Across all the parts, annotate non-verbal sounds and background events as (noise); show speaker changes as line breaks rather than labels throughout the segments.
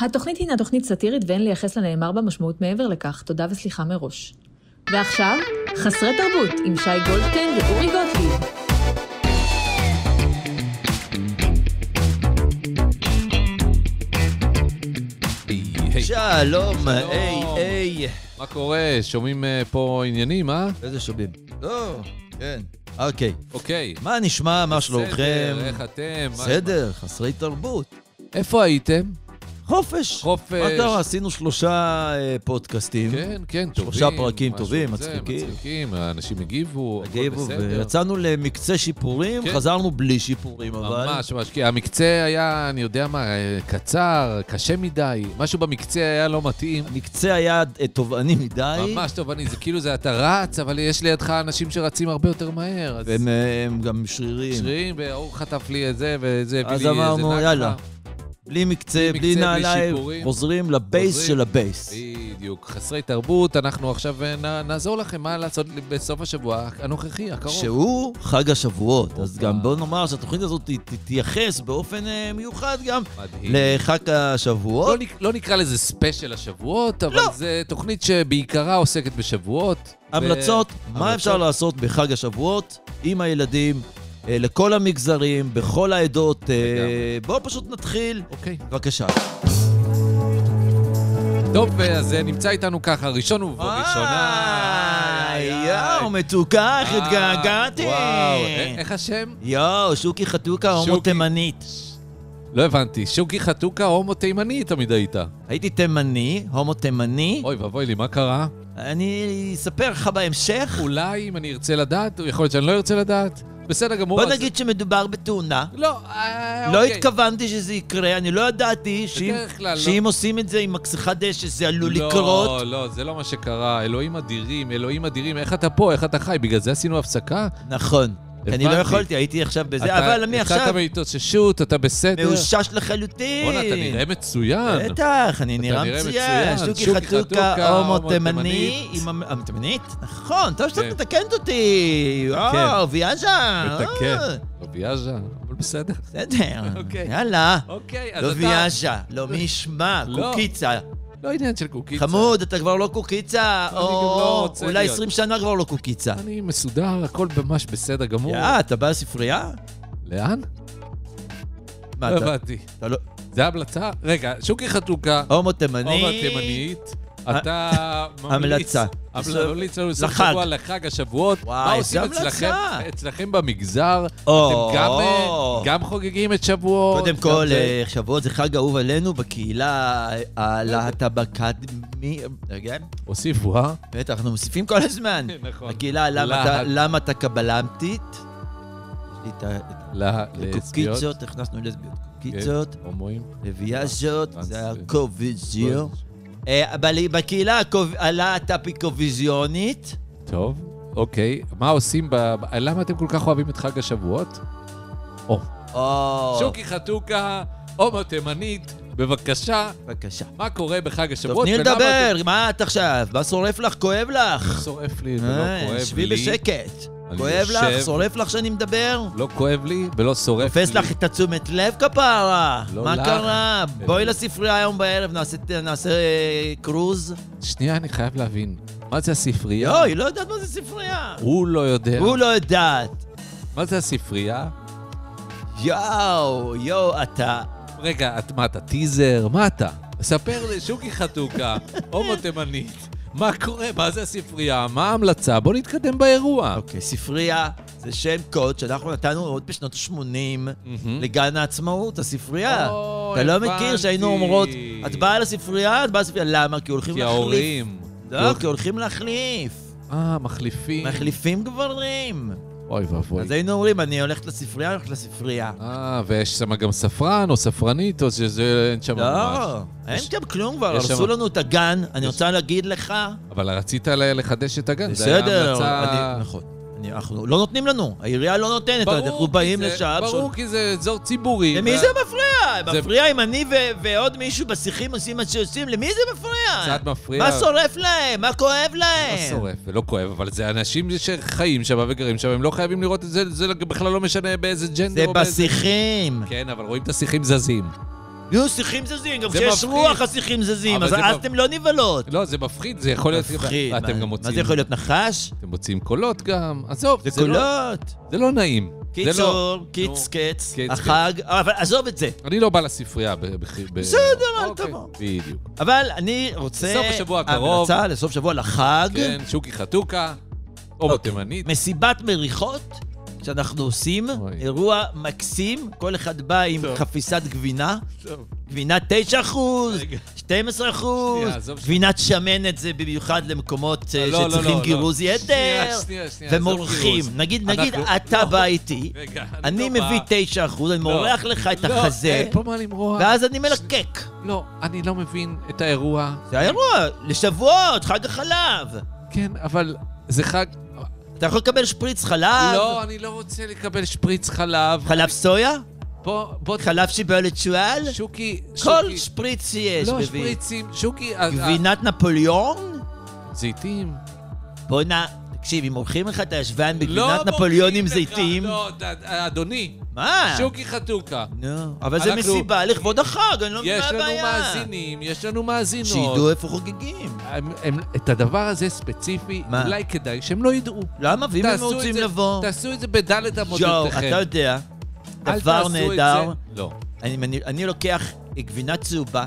התוכנית הינה תוכנית סאטירית ואין לייחס לנאמר בה משמעות מעבר לכך. תודה וסליחה מראש. ועכשיו, חסרי תרבות עם שי גולדטיין ואורי גוטליב.
היי,
שלום,
שלום.
היי, היי.
מה קורה? שומעים אה, פה עניינים, אה?
איזה שובים.
לא,
או, כן. אוקיי.
אוקיי.
מה נשמע, מה שלומכם?
בסדר, איך אתם? מה-
בסדר, חסרי תרבות.
איפה הייתם?
חופש.
חופש.
מה קרה? עשינו שלושה אה, פודקאסטים.
כן, כן, טובים.
שלושה פרקים
משהו
טובים,
כזה,
מצחיקים.
מצחיקים, האנשים הגיבו, הכל
הגיבו,
בסדר.
ויצאנו למקצה שיפורים,
כן.
חזרנו בלי שיפורים, אבל...
ממש ממש, כי המקצה היה, אני יודע מה, אה, קצר, קשה מדי, משהו במקצה היה לא מתאים.
המקצה היה אה, תובעני מדי.
ממש טוב, אני, זה כאילו, זה אתה רץ, אבל יש לידך אנשים שרצים הרבה יותר מהר. אז
והם אה, הם גם שרירים.
שרירים, ואור חטף לי את זה, וזה הביא לי
אז
איזה
אמרנו,
נקמה.
יאללה. בלי מקצה,
בלי
בלי
מקצה, בלי
נעליים,
שיפורים.
חוזרים לבייס
חוזרים.
של הבייס.
בדיוק. חסרי תרבות, אנחנו עכשיו אה, נ- נעזור לכם מה לעשות בסוף השבוע הנוכחי, הקרוב.
שהוא חג השבועות. אז
הופה.
גם בוא נאמר שהתוכנית הזאת ת- תתייחס באופן אה, מיוחד גם
מדהים.
לחג
לא,
השבועות.
נק- לא נקרא לזה ספיישל השבועות, אבל
לא.
זו תוכנית שבעיקרה עוסקת בשבועות. לא, ו-
המלצות, מה
המלצות.
אפשר לעשות בחג השבועות עם הילדים, אה, לכל המגזרים, בכל העדות. אה,
לגמרי.
בואו פשוט נתחיל.
אוקיי.
בבקשה.
טוב, אז אה, נמצא איתנו ככה, ראשון ובראשונה. איי, איי.
יואו, מתוקה, איך
אה,
התגעגעתי.
וואו, א- איך השם?
יואו, שוקי חתוקה, הומו
שוקי.
תימנית.
לא הבנתי, שוקי חתוקה הומו תימני תמיד היית.
הייתי תימני, הומו תימני.
אוי ואבוי לי, מה קרה?
אני אספר לך בהמשך.
אולי אם אני ארצה לדעת, או יכול להיות שאני לא ארצה לדעת. בסדר גמור.
בוא
אז-
נגיד שמדובר בתאונה.
לא, אה,
לא
אוקיי.
התכוונתי שזה יקרה, אני לא ידעתי שאם-
בדרך כלל לא.
שאם עושים את זה עם מכסחת דשא זה עלול לקרות.
לא, לא, זה לא מה שקרה. אלוהים אדירים, אלוהים אדירים. איך אתה פה? איך אתה חי? בגלל זה עשינו הפסקה?
נכון. אני לא
הבנתי.
יכולתי, הייתי עכשיו בזה,
אתה
אבל
יצאת
מעכשיו
מהתאוששות, אתה בסדר.
מאושש לחלוטין.
בואנה, אתה נראה מצוין.
בטח, אני נראה
נראה
מצוין.
מצוין.
שוקי
שוקי
חתוקה,
חתוקה,
הומו
הומו
תימני.
תימנית.
עם המ- אה, תימנית? נכון, טוב שאת
כן.
מתקנת אותי. וואו, ויאז'ה.
מתקן.
אה,
רבי עז'ה, אבל בסדר.
בסדר,
אוקיי.
יאללה.
אוקיי, אז
לא
אתה...
ויאז'ה, לא מי ישמע,
לא.
קוקיצה.
לא עניין של קוקיצה.
חמוד, אתה כבר לא קוקיצה,
אני גם לא
או
רוצה
אולי
להיות.
20 שנה כבר לא קוקיצה.
אני לא מסודר, הכל ממש בסדר גמור.
יא, אתה בא לספרייה?
לאן?
מה
לא
אתה?
הבנתי.
אתה לא...
זה המלצה? רגע, שוקי חתוקה,
הומו תימני.
אורה תימנית,
(laughs)
אתה ממליץ.
המלצה.
המלצה. ממליץ לנו לסוף
לחג.
שבוע לחג השבועות.
וואי,
מה עושים
זה
אצלכם?
המלצה.
אצלכם במגזר?
או.
אתם גם, אה, גם חוגגים את שבועות?
קודם
גם
כל,
זה?
אה, שבועות זה חג אהוב עלינו בקהילה אה, הלהט"בקדמי... רגע,
הוסיפו, אה?
בטח, אנחנו מוסיפים כל הזמן.
נכון.
הקהילה
להט-
הלמה אתה קבלמתית. יש לי את ה- את
ל- לסביות? כן.
הקוקיצות, הכנסנו לסביות. קוקיצות,
הומואים?
לביאז'ות,
אה,
זה
טרנס,
הקוויזיו. אה, אבל בקהילה הקוב- הלהט"ביקוויזיונית,
טוב, אוקיי. מה עושים ב... ב- למה אתם כל כך אוהבים את חג השבועות? או.
או...
שוקי חתוקה, הומו תימנית, בבקשה,
בבקשה.
מה קורה בחג השבועות?
תני
ולמה
לדבר, מה את עכשיו? מה שורף לך? כואב
אתם-
לך?
שורף לי
אה,
ולא לא כואב
שבי
לי.
בשקט.
אני
כואב לך?
יושב.
שורף לך שאני מדבר?
לא כואב לי ולא שורף לי.
תופס לך את התשומת לב כפרה.
לא
מה
לך.
קרה?
אה,
בואי לספרייה היום בערב, נעשה- נעשה אה, קרוז.
שנייה, אני חייב להבין. מה זה הספרייה?
לא, היא לא יודעת מה זה ספרייה.
הוא לא יודע.
הוא לא יודעת.
מה זה הספרייה?
יואו, יואו, אתה...
רגע, את- מה אתה טיזר? מה אתה? ספר לי, שוקי
(laughs)
חתוקה, הומו תימנית, מה קורה? מה זה הספרייה? מה ההמלצה? בוא נתקדם באירוע.
אוקיי, ספרייה זה שם קוד שאנחנו נתנו עוד בשנות ה-80
מהמם.
לגן העצמאות, הספרייה.
או,
אתה לא
Hmm? אוקיי. הבנתי.
מכיר שהיינו אומרות, את באה לספרייה, את באה לספרייה, למה? כי הולכים
כי
להחליף.
ההורים... אוקיי.
לא, כי הולכים להחליף.
אה, מחליפים.
מחליפים גברים.
אוי ואבוי.
אז היינו אומרים, אני הולכת לספרייה, אני הולכת לספרייה.
אה, ויש שם גם ספרן או ספרנית, או שזה אין שם ממש.
לא, אין
יש-
גם כלום כבר,
יש
הרסו
שם-
לנו את הגן, אני
יש-
רוצה להגיד לך.
אבל רצית ל- לחדש את הגן, זה היה
בסדר,
המלצה...
אני- נכון. אני- אנחנו לא נותנים לנו, העירייה לא נותנת,
ברור
אנחנו
כי
באים
זה-
לשעה.
ברור כי זה אזור ציבורי.
למי
ו-
זה מפריע?
זה-
מפריע אם אני ו- ועוד מישהו בשיחים עושים מה שעושים? למי זה מפריע?
קצת מפריע.
מה שורף להם? מה כואב
לא
להם?
שורף ולא כואב, אבל זה אנשים שחיים שם וגרים שם, הם לא חייבים לראות את זה, זה בכלל לא משנה באיזה ג'נדר
זה
או באיזה...
בשיחים.
כן, אבל רואים את השיחים זזים.
יהיו שיחים זזים, גם
זה
כשיש
מפחיד.
רוח השיחים זזים,
אבל
אז
זה
אז
מפ-
אתם לא נבהלות.
לא, זה מפחיד, זה יכול להיות...
מפחיד,
אתם
מה-
גם
מה
מוצאים...
זה יכול להיות נחש?
אתם מוצאים קולות גם. עזוב,
זה
זה לא-
קולות.
זה לא נעים. זה לא-
קיצור,
נו.
קיץ קץ,
קיץ,
החג, אבל עזוב את זה.
אני לא בא לספרייה ב... ב- ב-
בסדר, אל
אוקיי,
תבוא.
בדיוק.
אבל אני רוצה...
לסוף השבוע הקרוב.
המלצה לסוף שבוע לחג.
כן, שוקי חתוקה,
אוקיי.
הומו תימנית.
מסיבת מריחות שאנחנו עושים,
אוי.
אירוע מקסים, כל אחד בא עם
טוב.
חפיסת גבינה, גבינה 9 אחוז,
רגע.
12 אחוז,
שנייה, עזוב
גבינת שמנת זה במיוחד למקומות אה,
לא, לא,
שצריכים
לא,
גירוז
לא.
יתר,
שנייה, שנייה, שנייה, עזוב
ומורחים.
גירוז.
נגיד, נגיד,
אנחנו-
אתה
לא.
בא איתי,
רגע,
אני
לא בא.
מביא 9 אחוז, אני
לא.
מורח לך את
לא,
החזה,
אין פה מה למרוח.
ואז אני מלקק.
לא, אני לא מבין את האירוע.
זה האירוע, לשבועות, חג החלב.
כן, אבל זה חג...
אתה יכול לקבל שפריץ חלב,
לא, אני לא רוצה לקבל שפריץ חלב.
חלב סויה,
בוא, בוא...
חלב שיבולת שועל.
שוקי,
כל
שוקי.
שפריץ שיש,
לא,
מביא.
שפריצים. שוקי... ה- ה-
גבינת נפוליאון?
זיתים.
בואנה, תקשיב, אם מורחים לך את הישבן
לא
בגבינת
מוחאים
נפוליאון עם
לך,
זיתים, אה.
לא, ד- אדוני,
מה?
שוקי חתוקה.
נו, אבל זה
אנחנו-
מסיבה לכבוד החג, אני לא מבין
יש
מה
לנו
הבעיה.
מאזינים, יש לנו מאזינות.
שידעו איפה חוגגים.
הם- הם- את הדבר הזה ספציפי,
מה?
אולי כדאי שהם לא ידעו.
למה? ואם הם
תעשו את
רוצים
זה-
לבוא?
תעשו את זה בדלת אמותיכם.
יואו, אתה יודע,
אל
דבר
תעשו את
נהדר,
זה. לא.
אני- אני- אני לוקח גבינה צהובה,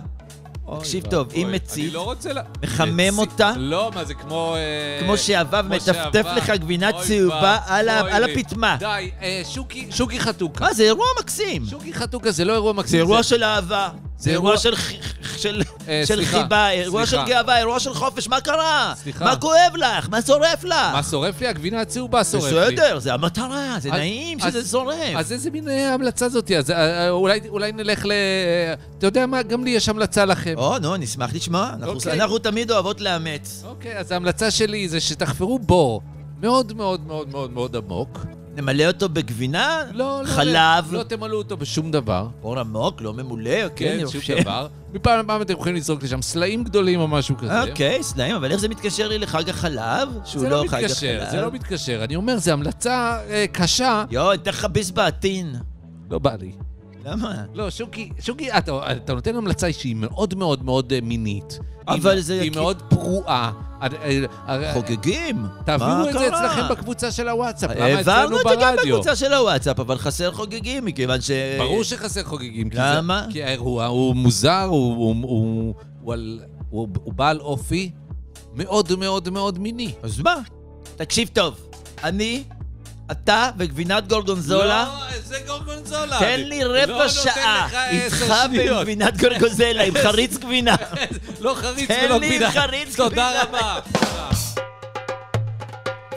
תקשיב טוב,
אוי,
אם
אני
מצית,
לא רוצה ל-
מחמם
מצית-
אותה.
לא, מה זה כמו... אה,
כמו שעבב
כמו
מטפטף
שעבב.
לך גבינה
אוי
צהובה
ואבוי
על ה- על
לי.
הפטמה.
די, אה, שוקי- שוקי חתוקה.
מה, אה, זה אירוע מקסים.
שוקי חתוקה זה לא אירוע מקסים.
זה אירוע של אהבה, זה אירוע
אירוע-
של חי- של-
אה,
של
סליחה,
חיבה, אירוע של
סליחה.
גאווה, אירוע של חופש, מה קרה?
סליחה.
מה כואב לך? מה שורף
מה
לך?
שורף לי? הגבינה הצהובה שורף לי.
בסדר, זה המטרה, זה
אז-
נעים
אז-
שזה שורף.
אז איזה מין אה, המלצה זאתי? אז אה, אה, אולי אולי נלך ל... אה, אתה יודע מה? גם לי יש המלצה לכם.
או, נו, נשמח לשמוע. אנחנו-
אוקיי.
אנחנו תמיד אוהבות לאמץ.
אוקיי, אז ההמלצה שלי זה שתחפרו בור מאוד מאוד מאוד מאוד מאוד עמוק.
נמלא אותו בגבינה,
לא, לא,
חלב,
לא תמלאו אותו בשום דבר.
אור עמוק, לא ממולא, כן,
כן,
אני
שום
חושב.
דבר. מפעם לפעם אתם יכולים לזרוק לשם סלעים גדולים או משהו כזה.
אוקיי, סלעים, אבל איך זה מתקשר לי לחג החלב? שהוא
זה לא
לא חג
מתקשר, זה לא
החלב.
מתקשר. אני אומר, זו המלצה אה, קשה.
יואו, אני אתן לך ביס בעטין.
לא בא לי.
למה?
לא, שוקי, שוקי, אתה, אתה נותן המלצה שהיא מאוד מאוד מאוד אה, מינית.
אבל
היא,
זה-
היא
כי-
מאוד פרועה. אה, אה, אה,
חוגגים.
תעבירו
מה
את זה
קרה?
אצלכם בקבוצה של הוואטסאפ, למה
העברנו
אצלנו
את זה גם
ברדיו?
בקבוצה של הוואטסאפ, אבל חסר חוגגים, מכיוון ש...
ברור שחסר חוגגים. כי
למה?
זה, כי האירוע הוא מוזר, הוא, הוא, הוא, הוא, על- הוא, הוא בעל אופי מאוד מאוד מאוד מיני.
אז מה? תקשיב טוב, אני, אתה וגבינת גולגונזולה,
לא, זה גורגונזולה.
תן
אני-
לי
לא
רבע
נותן
שעה,
לך עשר
איתך
שניות.
בגבינת גולגונזולה, עם
(laughs)
חריץ גבינה.
לא חריץ
תן
ולא
לי
גבינה.
חריץ גבינה.
תודה רבה.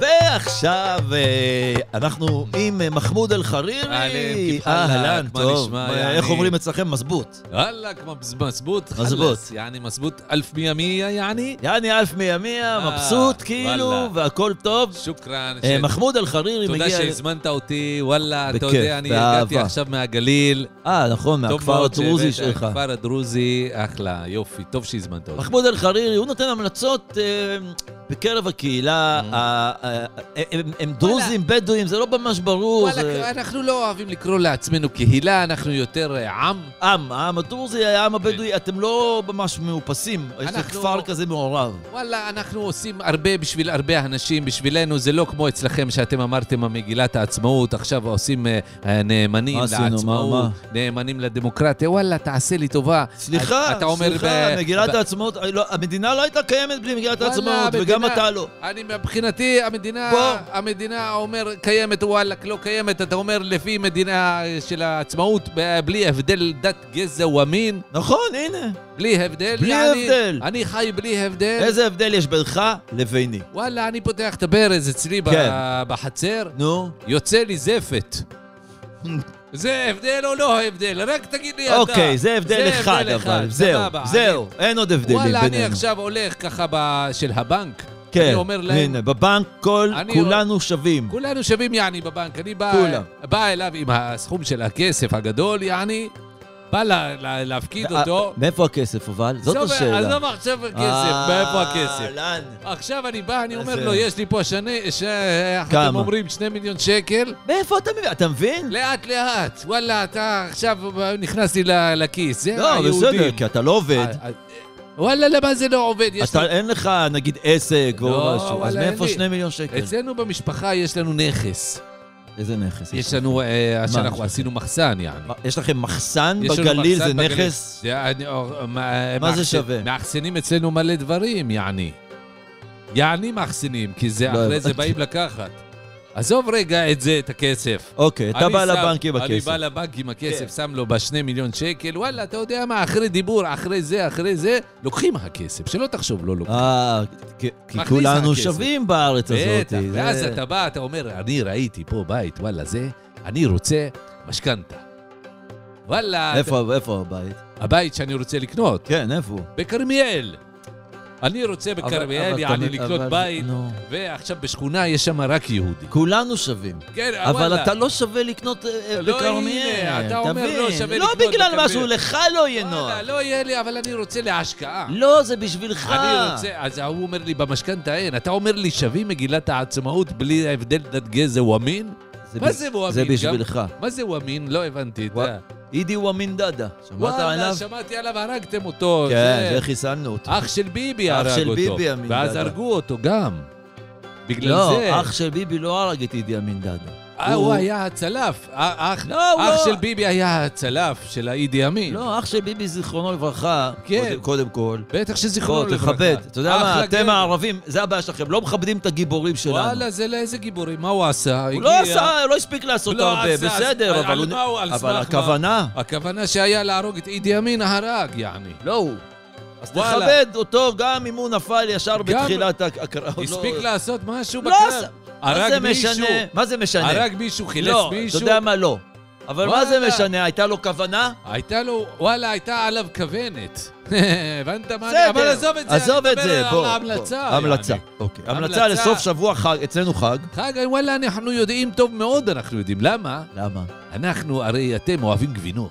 ועכשיו אה, אנחנו עם אה, מחמוד
אהלן,
אל-חרירי. אה,
כיף חלק,
אהלן,
מה
טוב.
נשמע,
מה,
יעני?
איך אומרים אצלכם? מזבוט.
וואלה, כמו מז- מזבוט. חלאס,
מזבוט.
יעני מזבוט אלף מיה מיה, יעני.
יעני אלף מימיה,
אה,
מבסוט כאילו,
וואלה.
והכל טוב.
שוכרן.
אה,
ש-
מחמוד אל-חרירי מגיע...
תודה שהזמנת אותי, וואלה, אתה
בכיף,
יודע, אני
באהבה.
הגעתי עכשיו מהגליל.
אה, נכון,
טוב
מהכפר
מאוד
הדרוזי
שהבאת,
שלך.
הכפר הדרוזי, אחלה, יופי, טוב שהזמנת אותי.
מחמוד אל-חרירי, הוא נותן המלצות אה, בקרב הקהילה, ה- ה- הם- הם דרוזים, בדואים, זה לא ממש ברור. זה-
וואלה, אנחנו לא אוהבים לקרוא לעצמנו קהילה, אנחנו יותר אה, עם.
עם, העם הדרוזי, העם הבדואי, אתם לא ממש מאופסים, יש לי
כן. אנחנו-
כפר כזה מעורב.
וואלה, אנחנו עושים הרבה בשביל הרבה אנשים, בשבילנו זה לא כמו אצלכם שאתם אמרתם המגילת העצמאות, עכשיו עושים אה, אה, נאמנים
מה עשינו? מה-
לעצמאות, נאמנים לדמוקרטיה, וואלה, תעשה לי טובה.
סליחה,
אתה אומר
סליחה,
ב-
מגילת
ב-
העצמאות, אה, לא, המדינה לא הייתה קיימת בלי מגילת
וואלה,
העצמאות, וגם
המדינה-
אתה לא.
אני מבחינתי, המדינה,
בוא.
המדינה אומר קיימת, וואלכ, לא קיימת, אתה אומר לפי מדינה של העצמאות, ב- בלי הבדל דת, גזע ומין,
נכון, הנה.
בלי הבדל.
בלי
יעני,
הבדל.
אני חי בלי הבדל.
איזה הבדל יש בינך לביני.
וואלה, אני פותח את הברז אצלי ב-
כן.
בחצר,
נו,
יוצא לי זפת. זה הבדל או לא הבדל? רק תגיד לי אתה.
אוקיי, זה הבדל אחד, אבל זהו,
סבבה, אני-
זהו, אין עוד הבדלים בינינו.
וואלה, אני עכשיו הולך ככה ב- של הבנק.
כן,
אני אומר להם,
הנה, בבנק כל,
אני-
כולנו שווים.
כולנו שווים יעני בבנק. אני בא,
כולם.
בא אליו עם הסכום של הכסף הגדול יעני, בא לה- לה- להפקיד אותו.
מאיפה הכסף אבל? אה, זאת
עזוב,
השאלה. אה,
עזוב עכשיו הכסף, מאיפה הכסף?
אהלן.
עכשיו אני בא, אני אומר
אז,
לו,
אה,
יש לי פה שני, ש... איך אתם
כמה?
אומרים, שני מיליון שקל?
מאיפה אתה מבין? אתה מבין?
לאט לאט, וואלה, אתה עכשיו נכנסתי ל- לכיס, זה
לא,
היהודים.
בסדר, כי אתה לא עובד.
אה, אה, וואלה, למה זה לא עובד? יש
אתה
לי-
אין לך נגיד עסק
לא,
או משהו, אז
וואלה, אין
מאיפה
לי.
שני מיליון שקל?
אצלנו במשפחה יש לנו נכס.
איזה נכס?
יש לנו, אה, שאנחנו
נכס?
עשינו מחסן, יעני.
מה, יש לכם מחסן
יש לנו
בגליל,
מחסן
זה
בגליל.
נכס?
זה- אני- או- מה אה,
מה זה
מאחסן-
שווה?
מאחסנים אצלנו מלא דברים, יעני. יעני מאחסנים, כי זה
לא
אחרי זה
הבנתי.
באים לקחת. עזוב רגע את זה, את הכסף.
אוקיי, אתה
אני
בא
שם-
לבנק עם
אני
הכסף.
בא לבנק עם הכסף,
כן.
שם לו בשני מיליון שקל, וואלה, אתה יודע מה, אחרי דיבור, אחרי זה, אחרי זה, לוקחים הכסף, שלא תחשוב, לא לוקחים.
אה, כי- כי
מכניס
כולנו
הכסף.
שווים בארץ הזאת.
בטח, ואז
זה-
אתה בא, אתה אומר, אני ראיתי פה בית, וואלה, זה, אני רוצה משכנתה. וואלה,
איפה איפה הבית?
אתה- הבית שאני רוצה לקנות,
כן, איפה הוא?
בכרמיאל. אני רוצה
אבל-
בכרמיאל,
אבל
יעני
אתה-
לקנות
אבל-
בית,
נו.
ועכשיו בשכונה יש שם רק יהודים.
כולנו שווים.
כן,
אבל
וואלה.
אתה לא שווה לקנות אה,
לא,
בכרמיאל,
הנה, אתה אומר
מבין?
לא שווה לקנות
לא בגלל
בכרמיאל.
משהו, לך לא יהיה נוח.
וואלה, לא יהיה לי, אבל אני רוצה להשקעה.
לא, זה בשבילך.
אני רוצה, אז ההוא אומר לי, במשכנתה אין. אתה אומר לי, שווים מגילת העצמאות בלי הבדל דת גזע ומין?
זה
מה
ב-
זה וואמין
זה
גם?
בשבילך.
מה זה ומין? לא הבנתי את
ווא-
זה.
אידי וואמין דאדה. שמעת
וואלה,
עליו?
שמעתי עליו, הרגתם אותו.
כן,
זה-
זה חיסלנו אותו.
אח של ביבי
אח
הרג אותו.
של ביבי, המין
ואז
דאדה.
הרגו אותו גם. בגלל זה.
לא, אח של ביבי לא הרג את אידי אמין דאדה.
אה, הוא היה הצלף. אה, אח
לא, הוא
אח
לא-
של ביבי היה הצלף של האידי אמין.
לא, אח של ביבי, זיכרונו לברכה,
כן.
קודם- קודם כל.
בטח שזיכרונו
בוא,
לברכה.
תכבד. אתה יודע מה,
אחלה
אתם
גבר.
הערבים, זה הבעיה שלכם, לא מכבדים את הגיבורים שלנו.
וואלה, זה לאיזה גיבורים? מה הוא עשה?
הוא לא עשה, לא הספיק לעשות
לא
הרבה,
עשה, אז-
בסדר,
על-
אבל
על
הוא-
מה הוא- על
אבל
סמך מה?
הכוונה,
הכוונה שהיה להרוג את אידי אמין, הרג, יעני.
לא הוא. אז
וואלה.
תכבד אותו גם אם הוא נפל ישר
גם-
בתחילת ההקראה. עוד לא-
הספיק לעשות משהו
לא
בקרב.
עשה. מה
הרג
זה
מישהו,
משנה? מה זה משנה?
הרג מישהו, חילץ
לא, אתה
מישהו.
יודע מה לא. אבל מה זה
וואלה.
משנה? הייתה לו כוונה?
הייתה לו, וואלה, הייתה עליו כוונת. (laughs) הבנת מה אני...
בסדר.
אבל עזוב את זה,
עזוב
אני
את
מדבר
זה,
על
בוא.
ההמלצה.
בוא. המלצה,
יעני.
אוקיי.
המלצה.
המלצה לסוף שבוע חג, אצלנו חג.
חג, וואלה, אנחנו יודעים טוב מאוד, אנחנו יודעים. למה?
למה?
אנחנו, הרי אתם אוהבים גבינות.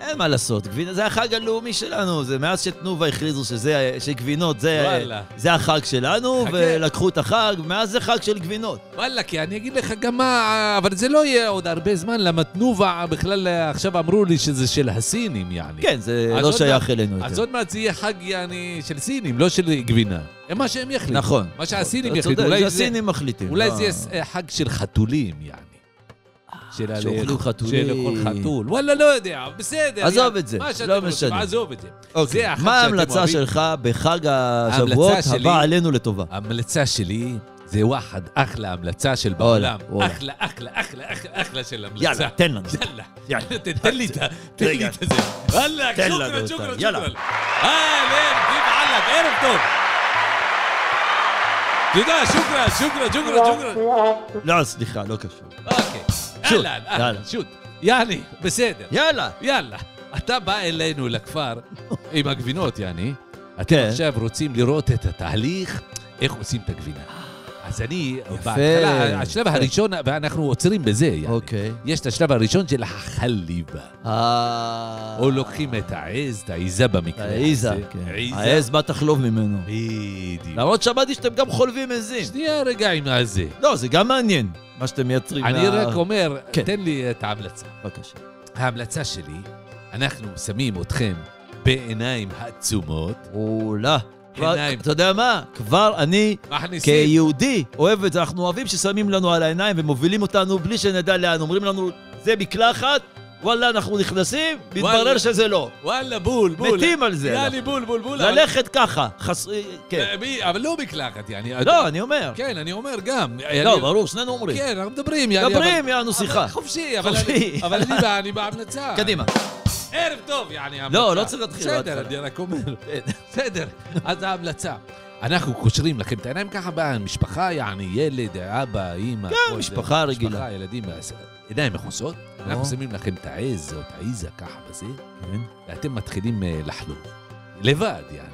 אין מה לעשות, גבינה, זה החג הלאומי שלנו, זה מאז שתנובה הכריזו שזה, שגבינות זה,
וואלה.
זה החג שלנו,
חכה.
ולקחו את החג, מאז זה חג של גבינות.
וואלה, כי אני אגיד לך גם מה, אבל זה לא יהיה עוד הרבה זמן, למה תנובה בכלל עכשיו אמרו לי שזה של הסינים, יעני.
כן, זה
אז
לא
עוד
שייך
מעט-
אלינו
אז
יותר.
עוד מעט זה יהיה חג יעני של סינים, לא של גבינה. הם מה שהם יחליטו.
נכון.
מה שהסינים
אתה
יחליטו.
צודק,
אולי
זה
זה-
הסינים מחליטים.
אולי
לא.
זה יהיה אה, חג של חתולים, יעני. של ה-
אה, שאוכלים חתולים.
של לאכול חתול. וואלה, לא יודע, בסדר.
עזוב
יעני,
את זה,
מה שאתם
לא
רוצים,
משנה.
עזוב את זה.
אוקיי.
זה החג
מה
שאתם
ההמלצה
אוהבים.
שלך בחג השבועות
שלי-
הבא עלינו לטובה?
ההמלצה שלי זה וואחד אחלה המלצה של
וואלה,
בעולם.
וואלה.
אחלה, אחלה, אחלה, אחלה, אחלה של המלצה.
יאללה, תן לנו.
(laughs) יאללה.
יאללה.
ת- תן לי את ה... תן לי
רגע.
את זה. וואלה,
תן לנו
שוכרן,
אותה.
שוכרן,
יאללה.
שוכרן. אהלן, כיף עלק, ערב טוב. תודה, שוכרן, שוכרן, שוכרן, שוכרן.
לא, סליחה, לא קשור.
אוקיי.
שוט,
אהלן, אהלן,
יאללה.
שוט. יעני, בסדר.
יאללה.
יאללה. אתה בא אלינו לכפר עם הגבינות, יעני. אתם
כן.
עכשיו רוצים לראות את התהליך, איך עושים את הגבינה. אז אני,
יפה.
בהתחלה, השלב הראשון, ואנחנו עוצרים בזה, יעני.
אוקיי.
יש את השלב הראשון של החליבה.
אה...
או לוקחים את העז, את העיזה במקרה הזה.
העיזה, כן.
העיזה. נכון.
העז, מה תחלוב ממנו?
בדיוק.
למרות שמעתי שאתם גם חולבים עזים.
שנייה רגע עם הזה.
לא, זה גם מעניין, מה שאתם מייצרים.
אני
מה-
רק אומר,
כן.
תן לי את ההמלצה.
בבקשה.
ההמלצה שלי, אנחנו שמים אתכם בעיניים עצומות,
אולה. כבר-
עיניים.
אתה יודע מה? כבר אני,
מכניסים...
כיהודי, אוהב את זה. אנחנו אוהבים ששמים לנו על העיניים ומובילים אותנו בלי שנדע לאן. אומרים לנו, זה מקלחת, וואלה, אנחנו נכנסים,
וואלה.
מתברר שזה לא.
וואלה, בול, בול.
מתים על זה.
יאללה, בול, בול, בול. אבל-
ללכת ככה. חס... כן.
אה, מי- אבל לא מקלחת, יעני.
לא, אני אומר.
כן, אני אומר גם.
לא,
אני-
ברור, שנינו אומרים.
כן, אנחנו מדברים, יעני. אבל-
מדברים, יענו שיחה.
אבל חופשי, אבל
חופשי.
אני- אבל אני בא- אני בהמלצה.
קדימה.
ערב טוב, יעני. ההמלצה.
לא, לא צריך להתחיל
בסדר,
בהתחלה.
אני רק אומר. בסדר, אז ההמלצה. אנחנו קושרים לכם את העיניים ככה במשפחה, יעני ילד, אבא, אימא. כל זה.
כן, משפחה רגילה. לא.
משפחה, ילדים, אז עיניים מכוסות. אנחנו
או.
שמים לכם את העז או את
כן.
העיזה ככה בזה, ואתם מתחילים אה, לחלוב. לבד, יעני.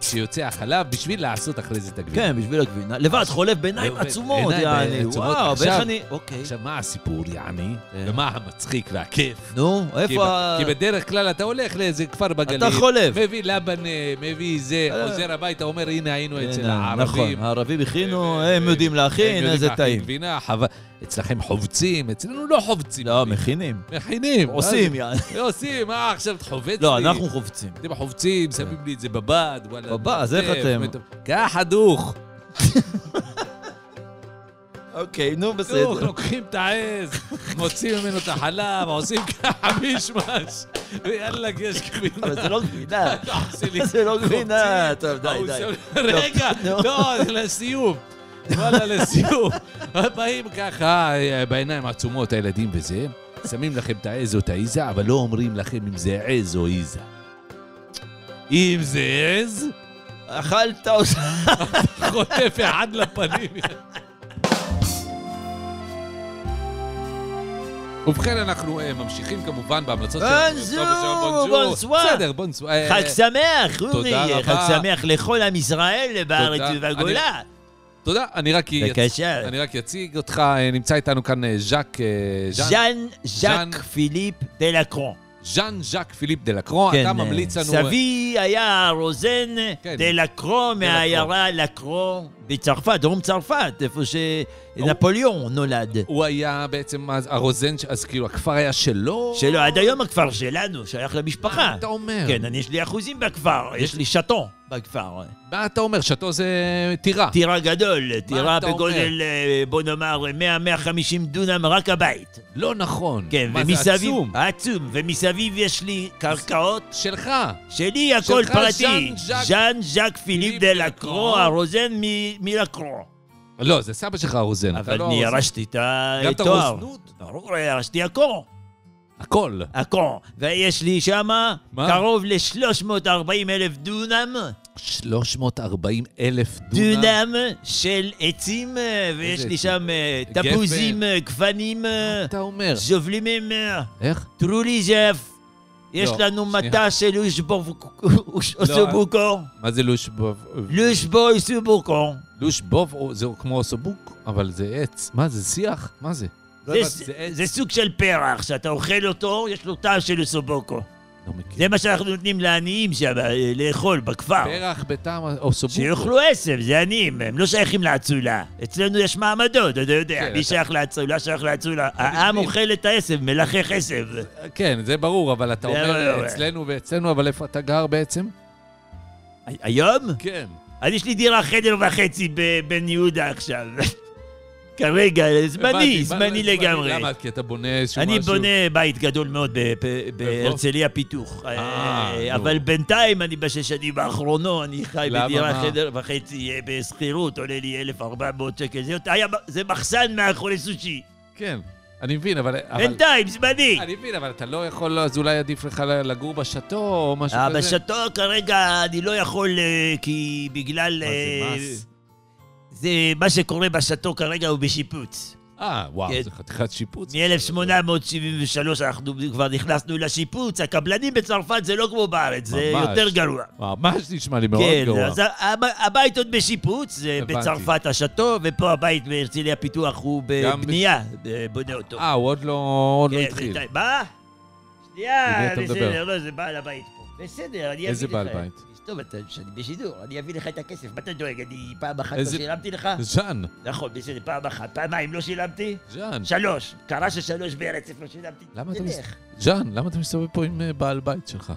שיוצא החלב בשביל לעשות אחרי זה את הגבינה.
כן, בשביל הגבינה. לבד, חולב בעיניים
עובד,
עצומות,
עיניים
יעני.
עצומות.
וואו,
עכשיו-
ואיך אני... אוקיי.
עכשיו, מה הסיפור, יעני?
כן.
ומה המצחיק והכיף?
נו,
כי ב-
איפה ה...
כי בדרך כלל אתה הולך לאיזה כפר בגליל,
אתה חולב.
מביא לבנה, מביא זה,
אה.
חוזר הביתה, אומר, הנה היינו
הנה,
אצל הערבים.
נכון, הערבים הכינו,
ו-
הם
ו-
יודעים
הם
להכין,
יודעים
איזה
להכין
טעים.
גבינה, חו- אצלכם חובצים, אצלנו לא חובצים.
לא, מכינים.
מכינים.
עושים, יעני.
אה, עושים, אה, עכשיו אתה חובץ לי.
לא, אנחנו חובצים.
אתם חובצים, שמים לי את זה בבד, וואלה.
בבד, אז איך
מטפטף,
אתם?
מטפ- ככה דוך.
אוקיי, נו,
דוך, לוקחים את העז, מוציאים ממנו את החלב, עושים ככה מישמש, ויאללה, יש גבינה.
אבל זה לא גבינה.
לא, עושה לי-
זה לא גבינה.
חופשי.
טוב, די,
ההוא
די.
שם- רגע, לא, זה לסיום. וואלה, לסיום. באים ככה, אה, בעיניים עצומות הילדים וזה, שמים לכם את העז או את העיזה, אבל לא אומרים לכם אם זה עז או עיזה. אם זה עז,
אכלת אותה.
חוטף אחד לפנים. ובכן, אנחנו אה, ממשיכים כמובן בהמלצות
בונז'ור, בונסואר.
בסדר, בונסואר. אה,
חג שמח, אורי.
רבה.
חג שמח לכל עם ישראל בארץ
תודה.
ובגולה.
תודה, אני רק, יצ...
בבקשה.
אני רק יציג אותך, אה, נמצא איתנו כאן אה, ז'אק, אה, ז'אן,
ז'אן
ז'אן-
ז'אק פיליפ דלקרון.
ז'אן ז'אק פיליפ דלקרו, אתה ממליץ לנו... אה,
כן, סבי היה רוזן
כן.
דלקרו מהעיירה לקרו בצרפת, דרום צרפת, איפה שנפוליאון נולד.
אה, הוא היה בעצם אז הרוזן, ש- אז כאילו הכפר היה שלו?
שלא, עד היום הכפר שלנו שייך
מה
למשפחה.
אה, אתה אומר?
כן, אני יש לי אחוזים בכפר, יש לי שטון בכפר.
מה אתה אומר? שאתו זה טירה.
טירה גדול, טירה
אתה אומר?
בגודל, אה, בוא נאמר, 100-150 דונם רק הבית.
לא נכון.
כן,
מה, זה
ומסביב...
עצום.
עצום. ומסביב יש לי קרקעות
שלך.
שלי הכל
שלך,
פרטי.
ז'אן ז'אק-
ז'אן ז'אק פיליפ
פיליפ
דה
דה
לקרו,
לקרו.
הרוזן מ- מלקרו.
לא, זה סבא שלך הרוזן. אתה
אבל
לא
אני
הרוזן.
ירשתי את
גם את
התואר.
הרוזנות?
ברור, ירשתי הכל.
הכל.
הכל. ויש לי שמה
מה?
קרוב ל-340 אלף דונם,
340 אלף דונם.
דונם של עצים, אה, ויש
איזה
לי
עצים?
שם אה,
גפן.
תפוזים, אה, גפנים, אה,
אתה אומר.
זובלימים, אה,
איך?
טרוליזף. יש
לא,
לנו
שנייה.
מטע של אושבוקו.
מה זה לושבוב?
לושבו אושבוקו.
לושבוב או- זה כמו סובוק, אבל זה עץ. מה זה, שיח? מה זה? לא
זה-
הבנתי, זה עץ.
זה סוג של פרח, שאתה אוכל אותו, יש לו טעם של סובוקו.
לא מכיר.
זה מה שאנחנו נותנים לעניים שם, אה, לאכול בכפר.
פרח בטעם או סובוק.
שיאכלו עשב, זה עניים, הם לא שייכים לאצולה. אצלנו יש מעמדות, אתה יודע,
כן,
מי
אתה-
שייך לאצולה, שייך לאצולה. העם
מבין.
אוכל את העשב, מלחך עשב.
כן, זה ברור, אבל אתה
זה לא-
אומר
לא-
אצלנו ואצלנו, אבל איפה אתה גר בעצם?
היום?
כן.
אז יש לי דירה חדר וחצי בבן יהודה עכשיו. (laughs) כרגע, זמני, זמני לגמרי.
למה? כי אתה בונה איזשהו משהו.
אני בונה בית גדול מאוד בפ- בהרצליה פיתוח.
אה,
אה,
נו.
אבל בינתיים, אני בשש שנים האחרונות, אני חי
למה,
בדירה
מה?
חדר וחצי אה, בשכירות, עולה לי 1,400 שקל. זה היה- זה מחסן מאחורי סושי.
כן, אני מבין, אבל... אבל-
בינתיים, זמני.
אני מבין, אבל אתה לא יכול, אז אולי עדיף לך לגור בשאטו או משהו
אה,
כזה.
בשעתו כרגע אני לא יכול, אה, כי בגלל...
מה,
אה,
זה מס?
זה מה שקורה בשעתו כרגע הוא בשיפוץ.
אה,
כן.
וואו, זה חתיכת שיפוץ.
מ-1873 אנחנו כבר נכנסנו לשיפוץ, הקבלנים בצרפת זה לא כמו בארץ, זה
ממש.
יותר גרוע.
ממש נשמע לי מאוד
כן,
גרוע.
אז הב- הבית עוד בשיפוץ, זה
הבנתי.
בצרפת השאטו, ופה הבית בהרצליה פיתוח הוא
גם
בבנייה, אה, בונה אותו.
אה, הוא עוד לא עוד לא
כן,
התחיל.
בינתיים. מה?
עם מי
שנייה,
אתה
בסדר,
מדבר?
לא, זה בעל הבית פה. בסדר, אני אביא לך.
איזה בעל בית?
טוב, אתה, שאני בשידור, אני אביא לך את הכסף, מה אתה דואג? אני פעם אחת לא
איזה-
שילמתי לך?
ז'אן,
נכון, בסדר, פעם אחת. פעמיים לא שילמתי?
ז'אן.
שלוש. קרה ששלוש ברצף לא שילמתי.
למה אתה
תלך.
מס- ז'אן, למה אתה מסתובב פה עם אה, בעל בית שלך?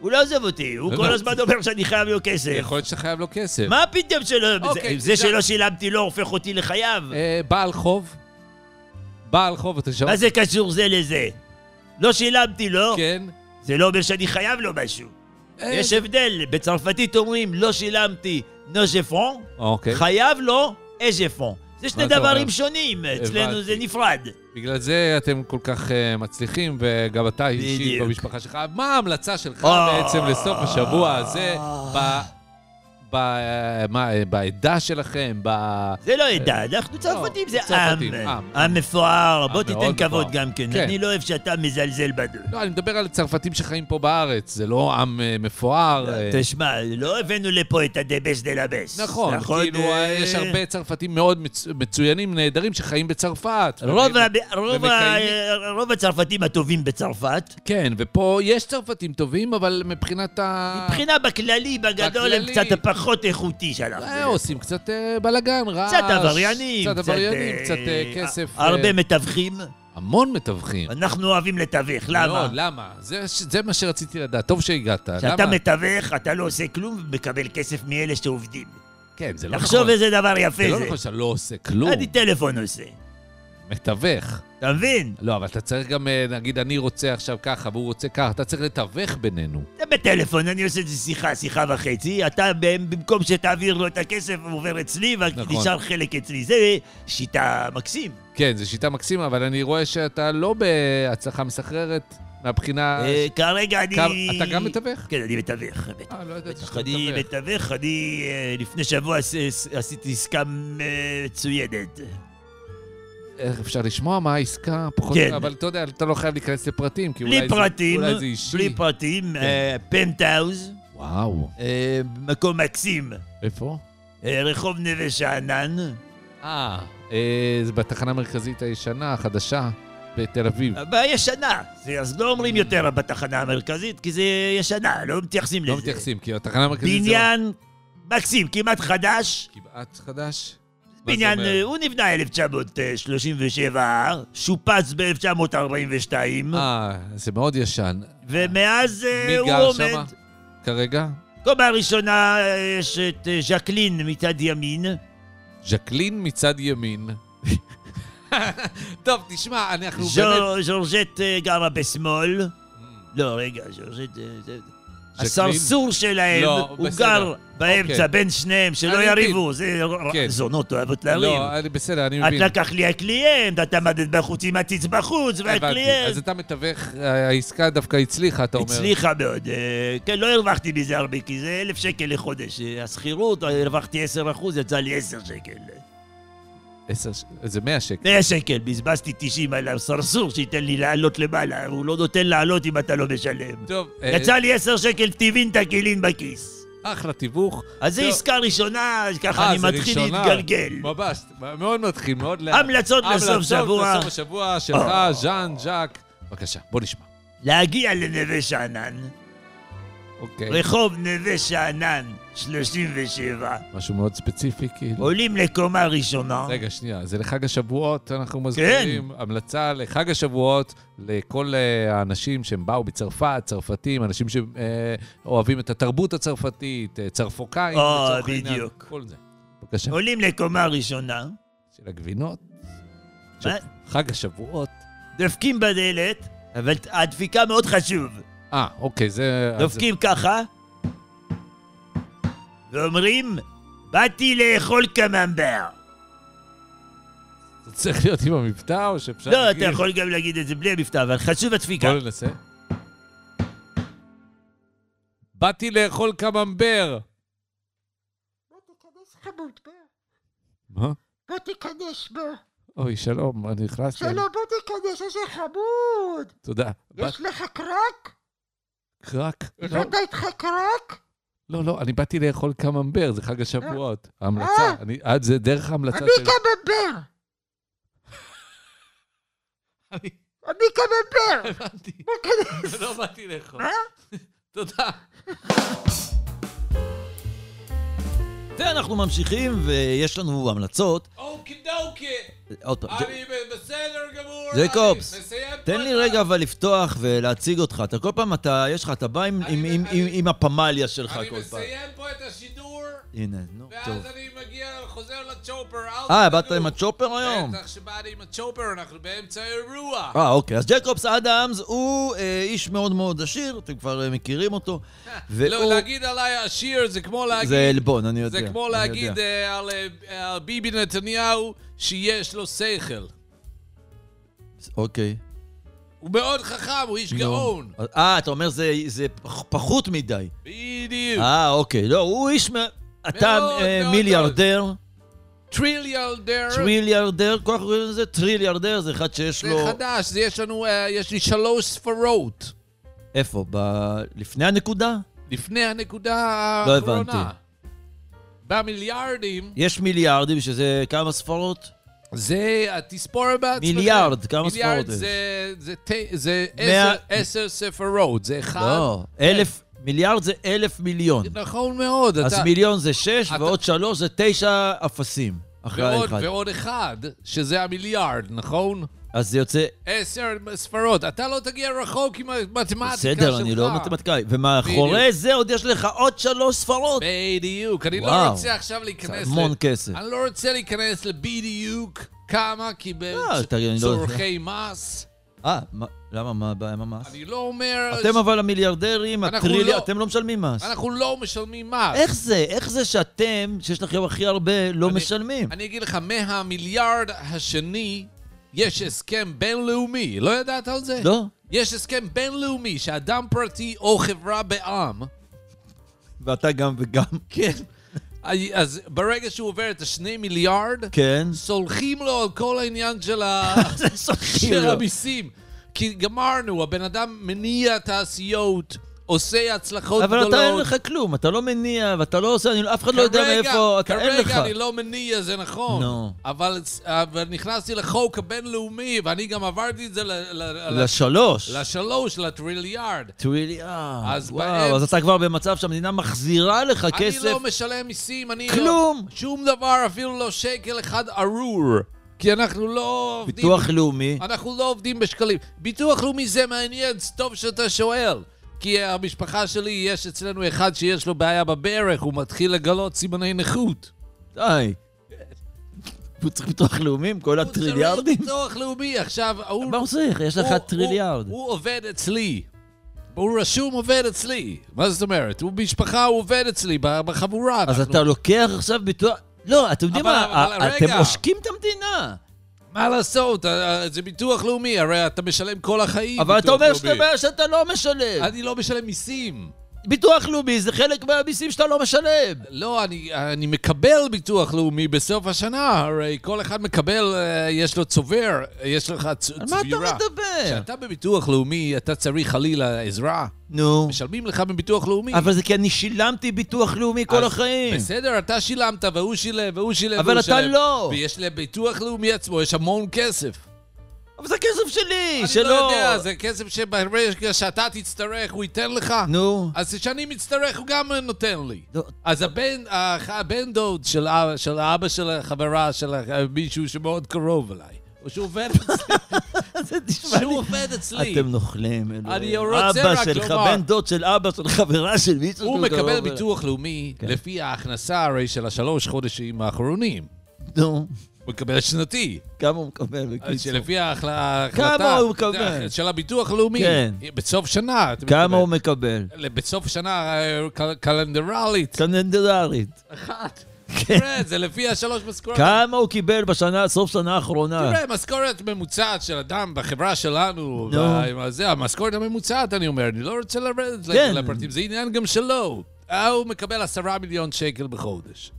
הוא לא עוזב אותי, הוא
לא,
כל
לא.
הזמן אומר שאני חייב לו כסף.
יכול להיות שאתה חייב לו כסף.
מה פתאום שלא...
אוקיי,
זה זה
תדע.
שלא שילמתי לא הופך אותי לחייב.
אה, בעל חוב? בעל חוב, אתה שומע?
מה זה קשור זה לזה? לא שילמתי לו,
אוקיי. כן.
זה לא אומר שאני חייב לו משהו.
אה,
יש הבדל, בצרפתית אומרים לא שילמתי נוז'פון,
אוקיי.
חייב לו אז'פון. זה שני
מה זה
דברים
אומר?
שונים, אצלנו זה
הבנתי.
נפרד.
בגלל זה אתם כל כך אה, מצליחים, וגם אתה אישית
בדיוק.
במשפחה שלך. מה ההמלצה שלך
אה.
בעצם לסוף השבוע הזה ב- ב- אה, מה, אה, בעדה שלכם, ב...
זה לא עדה, אנחנו צרפתים, זה
אה, צרפתים,
עם.
עם.
עם מפואר, בוא
מאוד
תיתן כבוד
מפואר.
גם כן.
כן.
אני לא אוהב שאתה מזלזל בנו.
לא, אני מדבר על צרפתים שחיים פה בארץ, זה לא עם אה, מפואר. אה,
תשמע, לא הבאנו לפה את הדבס דה לבס.
נכון, כאילו,
אה,
יש הרבה צרפתים מאוד מצ- מצוינים, נהדרים, שחיים בצרפת.
רוב
ובאמת-
ה- רוב ה-
ומקיימים-
רוב הצרפתים הטובים בצרפת,
כן, ופה יש צרפתים טובים, אבל מבחינת ה...
מבחינה בכללי, בגדול, הם
אה. בכללי.
קצת פחות איכותי שלנו.
אה, עושים קצת אה, בלאגן, רעש.
קצת עבריינים,
קצת עבריינים,
אה,
קצת אה, כסף.
הרבה
אה,
מתווכים,
המון מתווכים.
אנחנו אוהבים לתווך, למה?
מאוד, לא, למה? זה ש- זה מה שרציתי לדעת, טוב שהגעת.
כשאתה
למה?
מתווך, אתה לא עושה כלום ומקבל כסף מאלה שעובדים.
כן, זה לא נכון.
תחשוב איזה דבר יפה
זה לא
זה.
נכון שאתה לא עושה כלום.
אני טלפון עושה,
מתווך.
אתה מבין?
לא, אבל אתה צריך גם, אה, נגיד, אני רוצה עכשיו ככה והוא רוצה ככה, אתה צריך לתווך בינינו.
זה בטלפון, אני עושה איזה שיחה, שיחה וחצי, אתה ב- במקום שתעביר לו את הכסף, הוא עובר אצלי,
נכון.
ונשאר חלק אצלי. זה שיטה מקסים.
כן, זו שיטה מקסימה, אבל אני רואה שאתה לא בהצלחה מסחררת מהבחינה...
אה, כרגע אני...
אתה גם מתווך?
כן, אני מתווך. בטח.
אה, לא ידעתי שאתה
אני
אני
מתווך.
מתווך, אני אה, לפני שבוע עש- עש- עשיתי עסקה אה, מצוינת.
איך אפשר לשמוע מה העסקה? פחות...
כן.
אבל אתה יודע, אתה לא חייב להיכנס לפרטים, כי אולי
בלי
זה-
פרטים,
אולי זה אישי.
בלי פרטים,
כן.
אה, פנטהאוז, אה,
וואו,
מקום מקסים,
איפה?
אה, רחוב נווה שאנן,
אה, אה, זה בתחנה המרכזית הישנה, החדשה, בתל אביב.
הבעיה ישנה, זה- אז לא אומרים יותר בתחנה המרכזית, כי זה ישנה, לא מתייחסים לזה.
לא מתייחסים, כי התחנה המרכזית זה... לא-
בניין מקסים, כמעט חדש,
כמעט חדש. מה זה
בניין,
אומר?
אה, הוא נבנה euh, 1937, שופץ ב-1942,
אה, זה מאוד ישן.
ומאז אה,
מי
הוא
גר
עומד.
שמה כרגע?
קומה הראשונה אה, יש את אה, ז'קלין מצד ימין.
ז'קלין מצד ימין. טוב, תשמע, אנחנו באמת...
ז'ור- ז'ורג'ט אה, גרה בשמאל. לא, רגע, ז'ורג'ט... אה, זה- הסרסור שלהם,
לא,
הוא
בסדר.
גר באמצע
אוקיי.
בין שניהם, שלא
אני
יריבו. זה ר-
כן.
זונות אוהבות לריב.
לא, אני- בסדר, אני
את
מבין.
לקח לי הקליינט, את עמדת בחוץ עם הציץ בחוץ,
הבנתי. אז
והקליינט...
אתה מתווך, אה, העסקה דווקא הצליחה, אתה אומר.
הצליחה מאוד. אה, כן, לא הרווחתי מזה הרבה, כי זה אלף שקל לחודש. אה, השכירות, אה, הרווחתי 10 אחוז, יצא לי 10 שקל.
עשר ש- זה 100 שקל.
100 שקל, בזבזתי 90 על הסרסור שייתן לי לעלות למעלה, הוא לא נותן לעלות אם אתה לא משלם.
טוב, אה,
יצא לי 10 שקל, טבעין את הכלים בכיס.
אחלה תיווך.
אז זו
טוב.
עסקה ראשונה, אז
לא. אה,
ככה אני
זה
מתחיל
ראשונה.
להתגלגל.
ממש, מאוד מתחיל, מאוד לאט.
המלצות לסוף שבוע,
לסוף השבוע שלך,
אה.
ז'אן, ז'אק. בבקשה, בוא נשמע.
להגיע לנווה שאנן,
אוקיי.
כן. רחוב נווה שאנן 37,
משהו מאוד ספציפי, כאילו.
עולים לקומה ראשונה,
רגע, שנייה, זה לחג השבועות, אנחנו
כן.
מזכירים. המלצה לחג השבועות לכל אה, האנשים שהם באו בצרפת, צרפתים, אנשים שאוהבים את התרבות הצרפתית, אה, צרפוקאים,
אה,
לצורך העניין,
בדיוק.
כל זה. בבקשה,
עולים לקומה ראשונה,
של הגבינות.
מה?
חג השבועות.
דופקים בדלת, אבל הדפיקה מאוד חשוב.
אה, אוקיי, זה... אז-
דופקים ככה, ואומרים, באתי לאכול קממבר.
זה צריך להיות עם המבטא, או שאפשר
לא,
להגיד...
אתה יכול גם להגיד את זה בלי המבטא, אבל חשוב הדפיקה.
בוא ננסה. באתי לאכול קממבר.
בוא תיכנס חמוד, בוא.
מה?
בוא תיכנס, בוא.
אוי, שלום, אני נכנסתי.
שלום, בוא תיכנס, איזה חמוד.
תודה.
יש לך קרק?
קרק. לא,
הבאת איתך קרק?
לא, לא, אני באתי לאכול קממבר, זה חג השבועות. ההמלצה,
אה.
אני... אה, זה דרך ההמלצה
אני
של...
קמבר.
אני-
אני קמבר.
הבנתי.
בוא תיכנס. (laughs)
לא באתי לאכול.
מה?
(laughs) תודה.
ואנחנו ממשיכים, ויש לנו המלצות.
אוקי אוקיי, דוקי,
עוד פעם,
אה,
ג'ו-
בסדר גמור.
זה אני קופס. תן לי רגע אבל לפתוח ולהציג אותך. אתה כל פעם, אתה, יש לך, אתה בא עם- עם- עם- עם- עם הפמליה שלך כל פעם.
פה את השידור,
הנה, נו, טוב.
אני מגיע, חוזר לצ'ופר.
אה, באת עם הצ'ופר היום?
בטח שבאתי עם הצ'ופר, אנחנו באמצע האירוע.
אה, אוקיי. אז ג'קובס אדמס הוא אה, איש מאוד מאוד עשיר, אתם כבר אה, מכירים אותו.
(laughs) לא, להגיד עליי עשיר זה כמו להגיד...
זה עלבון, אני יודע.
זה כמו
אני
להגיד
יודע.
אה, על, אה, על ביבי נתניהו שיש לו שכל.
אוקיי.
הוא מאוד חכם, הוא איש
לא.
נו.
אה, גאון.
אה, אתה אומר זה- זה פח- פחות מדי.
בדיוק.
אה?
אה, אוקיי. לא, הוא איש... מ-
אתה
כן. מאוד,
אה,
מאוד,
מיליארדר,
טריליארדר.
טריליארדר, כל כך קוראים לזה טריליארדר, זה אחד שיש
זה
לו...
חדש, זה יש לנו, אה, יש לי שלוש ספרות.
איפה? ב... לפני הנקודה?
לפני הנקודה
לא
האחרונה.
הבנתי.
במיליארדים,
יש מיליארדים, שזה כמה ספרות?
זה התספורת בעצמכם.
מיליארד, כמה
מיליארד
ספרות
זה- זה ת- זה
מאה-
עשר- עשר ספרות, זה אחד.
לא. אלף, מיליארד זה אלף מיליון.
נכון מאוד.
אז
אתה-
מיליון זה שש,
אתה-
ועוד שלוש זה תשע אפסים. אחרי
ועוד-
האחד.
ועוד אחד, שזה המיליארד, נכון?
אז זה יוצא...
עשר אה, ספרות. אתה לא תגיע רחוק עם המתמטיקה שלך.
בסדר, אני לא מתמטיקאי. ומאחורי
בדיוק.
זה עוד יש לך עוד שלוש ספרות.
בדיוק. אני לא
וואו.
רוצה עכשיו להיכנס...
זה המון
ל-
כסף.
אני לא רוצה להיכנס לבדיוק כמה, כי
תגיד, אני לא יודע.
בצורכי מס,
אה, מה- למה? מה הבעיה? מה מס?
אני לא אומר...
אתם אבל המיליארדרים,
אנחנו
הטריליאר,
לא.
אתם לא משלמים מס.
אנחנו לא משלמים מס.
איך זה? איך זה שאתם, שיש לכם הכי הרבה, לא
אני-
משלמים?
אני אגיד לך, מהמיליארד השני יש הסכם בינלאומי. לא ידעת על זה?
לא.
יש הסכם בינלאומי שאדם פרטי או חברה בעם,
ואתה גם וגם.
כן. אז ברגע שהוא עובר את השני מיליארד, (laughs)
כן.
סולחים לו על כל העניין של
(laughs)
ה...
סולחים
של
לו.
המיסים. כי גמרנו, הבן אדם מניע תעשיות, עושה הצלחות
אבל
גדולות.
אתה אין לך כלום, אתה לא מניע ואתה לא עושה, אני- אף אחד לא יודע
כרגע-
מאיפה, אתה אין לך.
כרגע אני לא מניע, זה נכון.
נו.
אבל אבל נכנסתי לחוק הבינלאומי, ואני גם עברתי את זה ל- ל- ל-
לשלוש.
לא, לשלוש, לטריליארד.
טריליארד.
אז באמצע-
אה, וואו, אז אתה כבר במצב שהמדינה מחזירה לך
אני
כסף.
לא משלם מיסים, אני לא...
כלום.
שום דבר, אפילו לא שקל אחד ארור. כי אנחנו לא עובדים...
ביטוח לאומי.
אנחנו לא עובדים בשקלים. ביטוח לאומי זה מעניין, זה טוב שאתה שואל. כי המשפחה שלי, יש אצלנו אחד שיש לו בעיה בברך, הוא מתחיל לגלות סימני נכות.
די. הוא צריך ביטוח לאומי עם כל
הוא צריך
הטריליארדים?
ביטוח לאומי, עכשיו, הוא...
מה הוא צריך? יש לך
הוא-
טריליארד.
הוא הוא עובד אצלי. הוא רשום עובד אצלי. מה זאת אומרת? הוא במשפחה, הוא עובד אצלי, ב- בחבורה.
אז
אנחנו-
אתה לוקח עכשיו ביטוח... לא, אתם יודעים
אבל-
מה,
אבל
ה-
רגע.
אתם עושקים את המדינה.
מה לעשות? אה, אה, זה ביטוח לאומי, הרי אתה משלם כל החיים.
אבל אתה
ביטוח
אומר
לאומי.
שאתה אומר שאתה לא משלם.
אני לא משלם מיסים.
ביטוח לאומי זה חלק מהמיסים שאתה לא משלם.
לא, אני, אני מקבל ביטוח לאומי בסוף השנה, הרי כל אחד מקבל, אה, יש לו צובר, אה, יש לך צ,
על מה
צבירה.
אתה מדבר?
כשאתה בביטוח לאומי, אתה צריך חלילה עזרה.
נו.
משלמים לך מביטוח לאומי.
אבל זה כי אני שילמתי ביטוח לאומי כל
אז
החיים.
בסדר, אתה שילמת, והוא שילם, והוא שילם,
אבל
והוא
אתה
שילם.
לא.
ויש לביטוח לאומי עצמו, יש המון כסף.
אבל זה כסף שלי, שלא...
אני לא יודע, זה כסף שברגע שאתה תצטרך, הוא ייתן לך.
נו.
אז כשאני מצטרך, הוא גם נותן לי.
לא.
אז הבן, הח- הבן דוד של אבא של, אבא של החברה של ה- מישהו שמאוד קרוב אליי, או שהוא
(laughs)
עובד אצלי,
זה נשמע לי...
שהוא עובד אצלי,
אתם נוכלים, אלוהים.
אני רוצה
אבא
רק
שלך,
לומר-
בן דוד של אבא של חברה של מישהו.
הוא
שהוא קרוב
מקבל
אליי.
ביטוח לאומי
כן.
לפי ההכנסה הרי של השלוש חודשים האחרונים.
נו,
הוא מקבל שנתי,
כמה הוא מקבל בקיצור?
שלפי ההחל- ההחלטה... אה,
כמה הוא מקבל?
של הביטוח הלאומי.
כן.
בסוף שנה. אתה
כמה הוא
מתכוון.
מקבל?
בסוף שנה אה, קל- קלנדרלית.
קלנדרית.
אחת. תראה, זה לפי השלוש משכורות.
כמה הוא קיבל בשנה, סוף שנה האחרונה?
תראה, משכורת ממוצעת של אדם בחברה שלנו,
נו.
ב- זה המשכורת הממוצעת, אני אומר, אני לא רוצה לרדת
כן.
לפרטים, זה עניין גם שלו. אה, הוא מקבל עשרה מיליון שקל בחודש.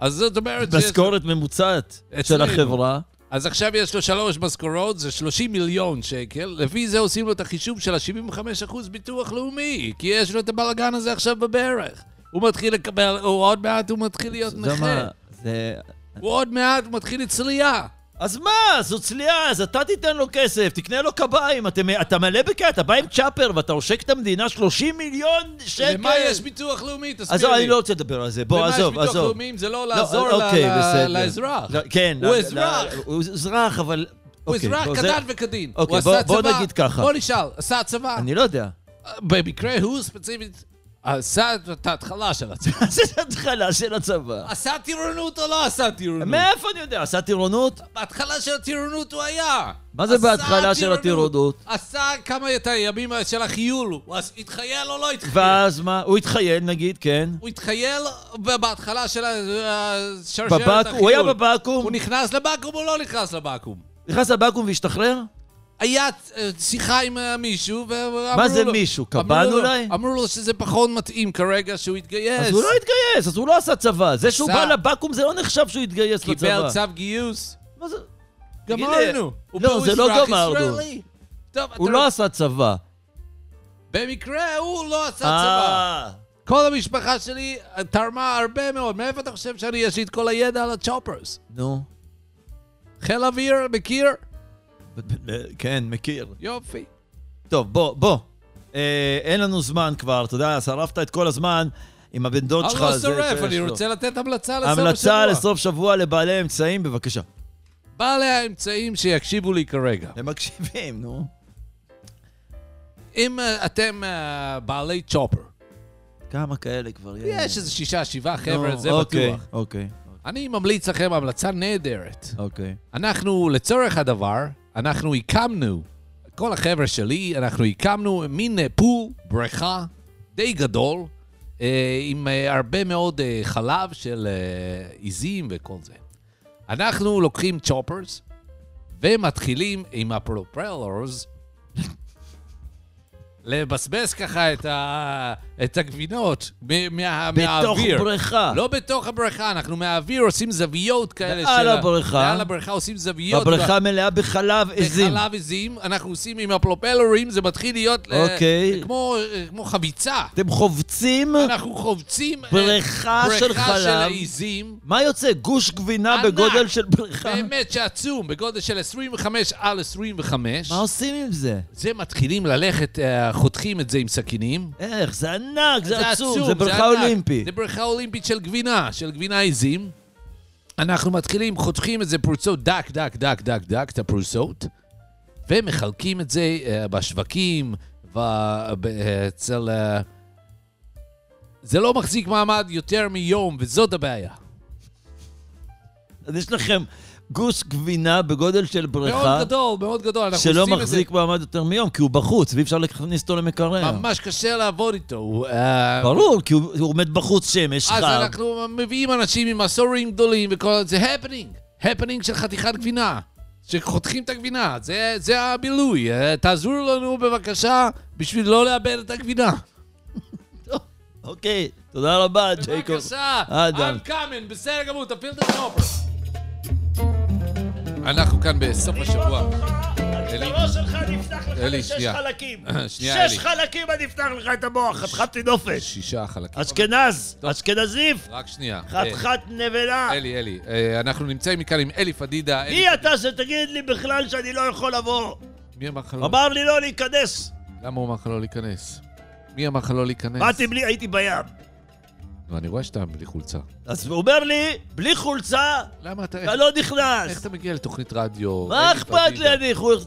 אז זאת אומרת... שיש-
משכורת ממוצעת של
אצלנו.
החברה.
אז עכשיו יש לו שלוש משכורות, זה 30 מיליון שקל, לפי זה עושים לו את החישוב של ה-75% ביטוח לאומי, כי יש לו את הבלגן הזה עכשיו בברך. הוא מתחיל לקבל, הוא עוד מעט הוא מתחיל להיות
אתה יודע
נכה.
מה? זה...
הוא עוד מעט מתחיל לצלייה.
אז מה, זו צליעה, אז אתה תיתן לו כסף, תקנה לו קביים, אתם- אתה מלא בקטע, אתה בא עם צ'אפר ואתה עושק את המדינה 30 מיליון שקל.
למה יש ביטוח לאומי?
כן, אז
תסביר לי.
אני לא רוצה לדבר על זה, בוא,
למה יש
עזוב,
ביטוח
עזוב.
לאומי אם זה לא
לא,
לעזור ל-
אוקיי,
ל-
בסדר.
לאזרח?
לא, כן.
הוא
ל- ל-
אזרח.
הוא אזרח, אבל...
הוא
אוקיי,
אזרח
בוא, זה-
כדת וכדין.
אוקיי,
הוא עשה
בוא- בוא
צבא.
נגיד ככה.
בוא נשאל, עשה צבא.
אני לא יודע. (laughs)
במקרה הוא ספציפית עשה את ההתחלה של
(laughs)
הצבא.
זה התחלה של הצבא.
עשה טירונות או לא עשה טירונות?
מאיפה אני יודע? עשה טירונות?
בהתחלה של הטירונות הוא היה.
מה זה
עשה
בהתחלה של הטירונות?
עשה כמה את הימים של החיול. הוא עש- התחייל או לא התחייל?
ואז מה? הוא התחייל נגיד, כן.
הוא התחייל בהתחלה של השרשרת
בבק-
החיול.
הוא היה
הוא
בבקו"ם,
נכנס לבקו"ם או לא נכנס לבקו"ם?
נכנס לבקו"ם והשתחרר?
היה אה, שיחה עם אה, מישהו, ואמרו לו...
מה זה מישהו?
אמרו
קב"ן
לו- לא,
אולי?
אמרו לו שזה פחות מתאים כרגע שהוא יתגייס.
אז הוא לא התגייס, אז הוא לא עשה צבא. זה שהוא
עשה.
בא לבקו"ם זה לא נחשב שהוא התגייס
קיבל
לצבא.
צו גיוס.
מה זה? תגיד לי,
גמרנו. הוא
לא,
פה
זה לא
אזרח
גמרנו.
ישראלי. טוב,
הוא
אתה-
לא עשה צבא.
במקרה הוא לא עשה צבא.
אה,
כל המשפחה שלי אה, תרמה הרבה מאוד. מאיפה אתה חושב שאני יש לי את כל הידע על הצ'ופרס?
נו.
חיל אוויר, מכיר?
כן, מכיר.
יופי.
טוב, בוא, בוא. אה, אין לנו זמן כבר, אתה יודע, שרפת את כל הזמן עם הבן דוד
אני
שלך.
לא
זה
שורף,
שיש
אני
לו.
רוצה לתת המלצה לסוף השבוע.
המלצה לסוף שבוע לבעלי אמצעים, בבקשה.
בעלי האמצעים שיקשיבו לי כרגע.
הם מקשיבים, נו.
אם אה, אתם אה, בעלי צ'ופר,
כמה כאלה כבר
יש איזה שישה, שבעה
נו,
חבר'ה, זה
אוקיי,
בטוח.
אוקיי,
אני ממליץ לכם המלצה נהדרת.
אוקיי.
אנחנו, לצורך הדבר, אנחנו הקמנו, כל החבר'ה שלי, אנחנו הקמנו מין אה, פול, בריכה, די גדול, אה, עם אה, הרבה מאוד אה, חלב של אה, עיזים וכל זה. אנחנו לוקחים צ'ופרס ומתחילים עם הפרופלרס לבסבס ככה את, ה... את הגבינות מ- מה...
בתוך
מהאוויר.
בריכה.
לא בתוך הבריכה, אנחנו מהאוויר עושים זוויות כאלה
מעל
של ה-
הבריכה.
מעל הבריכה עושים זוויות.
הבריכה מלאה בחלב עזים.
חלב עזים, אנחנו עושים עם הפלופלרים, זה מתחיל להיות אה,
אוקיי.
כמו, אה, כמו חביצה.
אתם חובצים?
אנחנו חובצים אה,
בריכה של
בריכה של
חלב.
העזים.
מה יוצא? גוש גבינה
ענק.
בגודל של בריכה?
באמת שעצום, בגודל של 25 על 25.
מה עושים עם זה?
זה מתחילים ללכת, אה, חותכים את זה עם סכינים.
איך, זה ענק, זה עצום, זה בריכה
ענק.
אולימפית.
זה בריכה אולימפית של גבינה, של גבינה עיזים. אנחנו מתחילים, חותכים את זה פרוסות דק, דק, דק, דק, דק, את הפרוסות, ומחלקים את זה uh, בשווקים, ואצל... Uh, זה לא מחזיק מעמד יותר מיום, וזאת הבעיה.
אז יש לכם גוש גבינה בגודל של בריכה,
מאוד גדול, מאוד גדול. אנחנו
שלא
עושים את
מחזיק מעמד יותר מיום, כי הוא בחוץ, ואי אפשר להכניס אותו
זה,
למקרר.
ממש קשה לעבוד איתו. הוא, אה,
ברור, כי הוא הוא עומד בחוץ שמש
אז
חם.
אנחנו מביאים אנשים עם מסורים גדולים וכל זה, הפנינג, הפנינג של חתיכת גבינה, שחותכים את הגבינה, זה, זה הבילוי, אה, תעזרו לנו בבקשה בשביל לא לאבד את הגבינה.
אוקיי, תודה רבה, ג'ייקוב.
בבקשה,
אדם.
I'm coming, בסדר גמור, תפעיל את השופר. אנחנו כאן בסוף השבוע. (coughs) אלי,
הראש שלך נפתח לך
אלי,
לשש
שנייה.
חלקים.
(laughs) שנייה,
שש
אלי.
חלקים אני אפתח לך את המוח, חתיכת תינופת.
שישה חלקים.
אשכנז, אשכנזיף,
רק שנייה.
חתיכת נבלה.
אה, אלי, אלי, אה, אנחנו נמצאים מכאן עם אלי פדידה. אלי-
מי אתה שתגיד לי בכלל שאני לא יכול לבוא?
מי אמר לך לא?
אמר לי לא להיכנס.
למה הוא אמר לך לא להיכנס? מי אמר לך לא להיכנס?
באתי בלי, הייתי בים.
ואני רואה שאתה בלי חולצה.
אז הוא אומר לי, בלי חולצה,
למה אתה...
אתה לא
איך
נכנס.
אתה מגיע לתוכנית רדיו?
מה
אלי
אכפת
פדידה?
לי, אני... חול-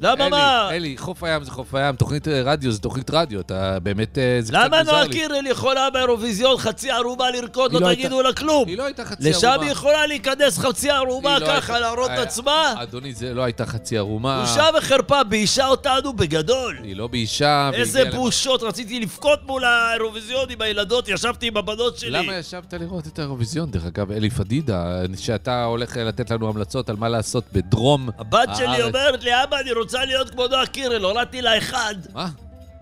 למה מה?
אלי, אלי, חוף הים זה חוף הים, תוכנית אה, רדיו זה תוכנית רדיו, אתה באמת... אה, זה
למה לא, כאילו?
קצת מוזר
נועה
לי.
קירל יכולה באירוויזיון חצי ערובה לרקוד,
היא לא
לא
הייתה-
תגידו לה כלום?
היא לא הייתה חצי ערומה.
לשם היא יכולה להיכנס חצי ערומה
היא לא
ככה,
הייתה-
להראות את
אה,
עצמה?
אדוני, זה לא הייתה חצי ערומה.
בושה וחרפה, ביישה אותנו בגדול.
היא לא באישה. והיא
איזה
הגיעה למ-
בושות, רציתי לבכות מול האירוויזיון עם הילדות, ישבתי עם הבנות שלי.
למה ישבת לראות את האירוויזיון? דרך אגב, אלי פדידה, שאתה הולך אה, לתת לנו המלצות על מה לעשות בדרום
הבת
הארץ.
שלי אומרת לי, אבא, אני רוצה להיות כמו נועה קירל, הורדתי לה אחד.
מה?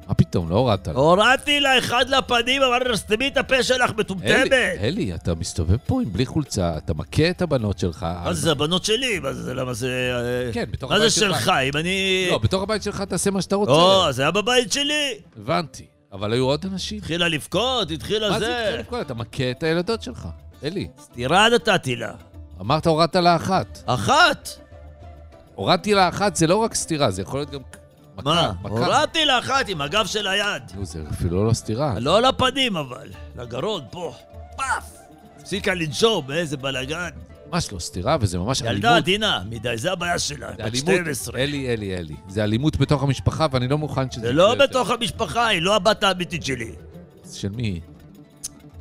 מה פתאום, לא הורדת לה.
הורדתי לה אחד לפנים, אמרתי לה, סתמי את הפה שלך, מטומטמת.
אלי, אלי, אתה מסתובב פה עם בלי חולצה, אתה מכה את הבנות שלך.
מה זה, זה הבנות שלי? מה זה, למה זה... אה,
כן, בתוך
מה זה
הבית שלך.
שלך? אם אני...
לא, בתוך הבית שלך תעשה מה שאתה רוצה.
או, זה היה בבית שלי.
הבנתי. אבל היו עוד אנשים.
התחילה לבכות,
מה
התחילה
זה התחיל
זה.
לבכות? אתה מכה את הילדות שלך. אלי,
סטירה נתתי לה.
אמרת הורדת לה אחת.
אחת.
הורדתי לה אחת זה לא רק סטירה, זה יכול להיות גם מכה.
מה?
מכה.
הורדתי לה אחת עם הגב של היד.
נו, זה אפילו לא סטירה.
לא לפנים אבל, לגרון, פה. פאף! הפסיקה לנשום, איזה בלאגן.
ממש לא סטירה, וזה ממש
ילדה
אלימות.
עדינה מדי, זה הבעיה שלה,
זה
בת
אלימות.
12.
אלי, אלי, אלי. זה אלימות בתוך המשפחה, ואני לא מוכן שזה...
זה לא
יקרה יותר.
בתוך המשפחה, היא לא הבת האמיתית שלי.
של מי?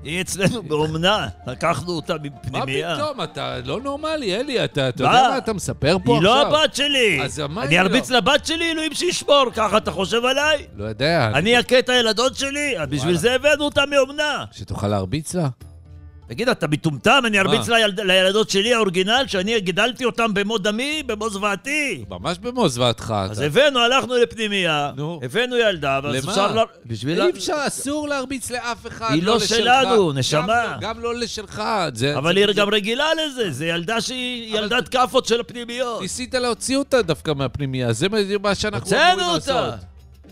היא אצלנו באומנה, לקחנו אותה
מה
מפנימיה.
פתאום? אתה לא נורמלי, אלי. אתה אתה יודע
מה?
מה אתה מספר פה
היא
עכשיו?
לא הבת שלי!
אז מה
אני
היא
ארביץ
לא?
לבת שלי, אלוהים שישמור, ככה אתה חושב עליי?
לא יודע.
אני אכה את הילדות שלי, אז בשביל
וואלה.
זה הבאנו אותה מאומנה.
שתוכל להרביץ לה?
תגיד, אתה מטומטם? אני ארביץ
מה?
לילד- לילדות שלי האורגינל, שאני גידלתי אותם במו דמי, במו זוועתי.
ממש במו זוועתך.
אז
אתה-
הבאנו, הלכנו לפנימייה,
נו.
הבאנו ילדה, ואז
למה?
אפשר... לה- בשביל... לה-
לא- אי אפשר, אסור להרביץ לאף אחד.
היא לא
לשלך.
שלנו,
גם
נשמה.
לא- גם לא לשלך. זה-
אבל
זה-
היא
זה-
גם רגילה לזה, זו ילדה שהיא
אבל-
ילדת כאפות של הפנימיות.
ניסית להוציא אותה דווקא מהפנימייה, זה מה- זה מה שאנחנו
הוצאנו
אמורים
אותה.
לעשות.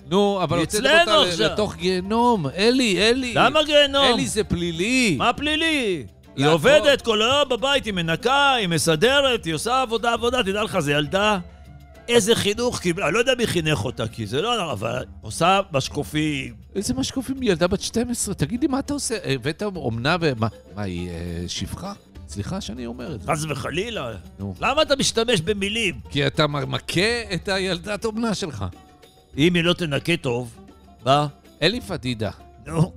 נו, אבל
היא
הוצאתם
אצלנו
אותה
עכשיו.
ל- לתוך גיהנום. אלי, אלי.
למה גיהנום?
אלי זה פלילי.
מה פלילי? היא
לעקור.
עובדת כל היום בבית, היא מנקה, היא מסדרת, היא עושה עבודה עבודה, תדע לך, זו ילדה. איזה חינוך קיבלה, אני לא יודע מי חינך אותה, כי זה לא... אבל עושה משקופים.
איזה משקופים, ילדה בת 12, תגידי, מה אתה עושה? הבאת אומנה ומה, מה, היא אה, שפחה? סליחה שאני אומר את זה.
חס וחלילה.
נו.
למה אתה משתמש במילים?
כי אתה מכה את הילדת אומנה שלך.
אם היא לא תנקה טוב, מה?
אלי פדידה,
נו,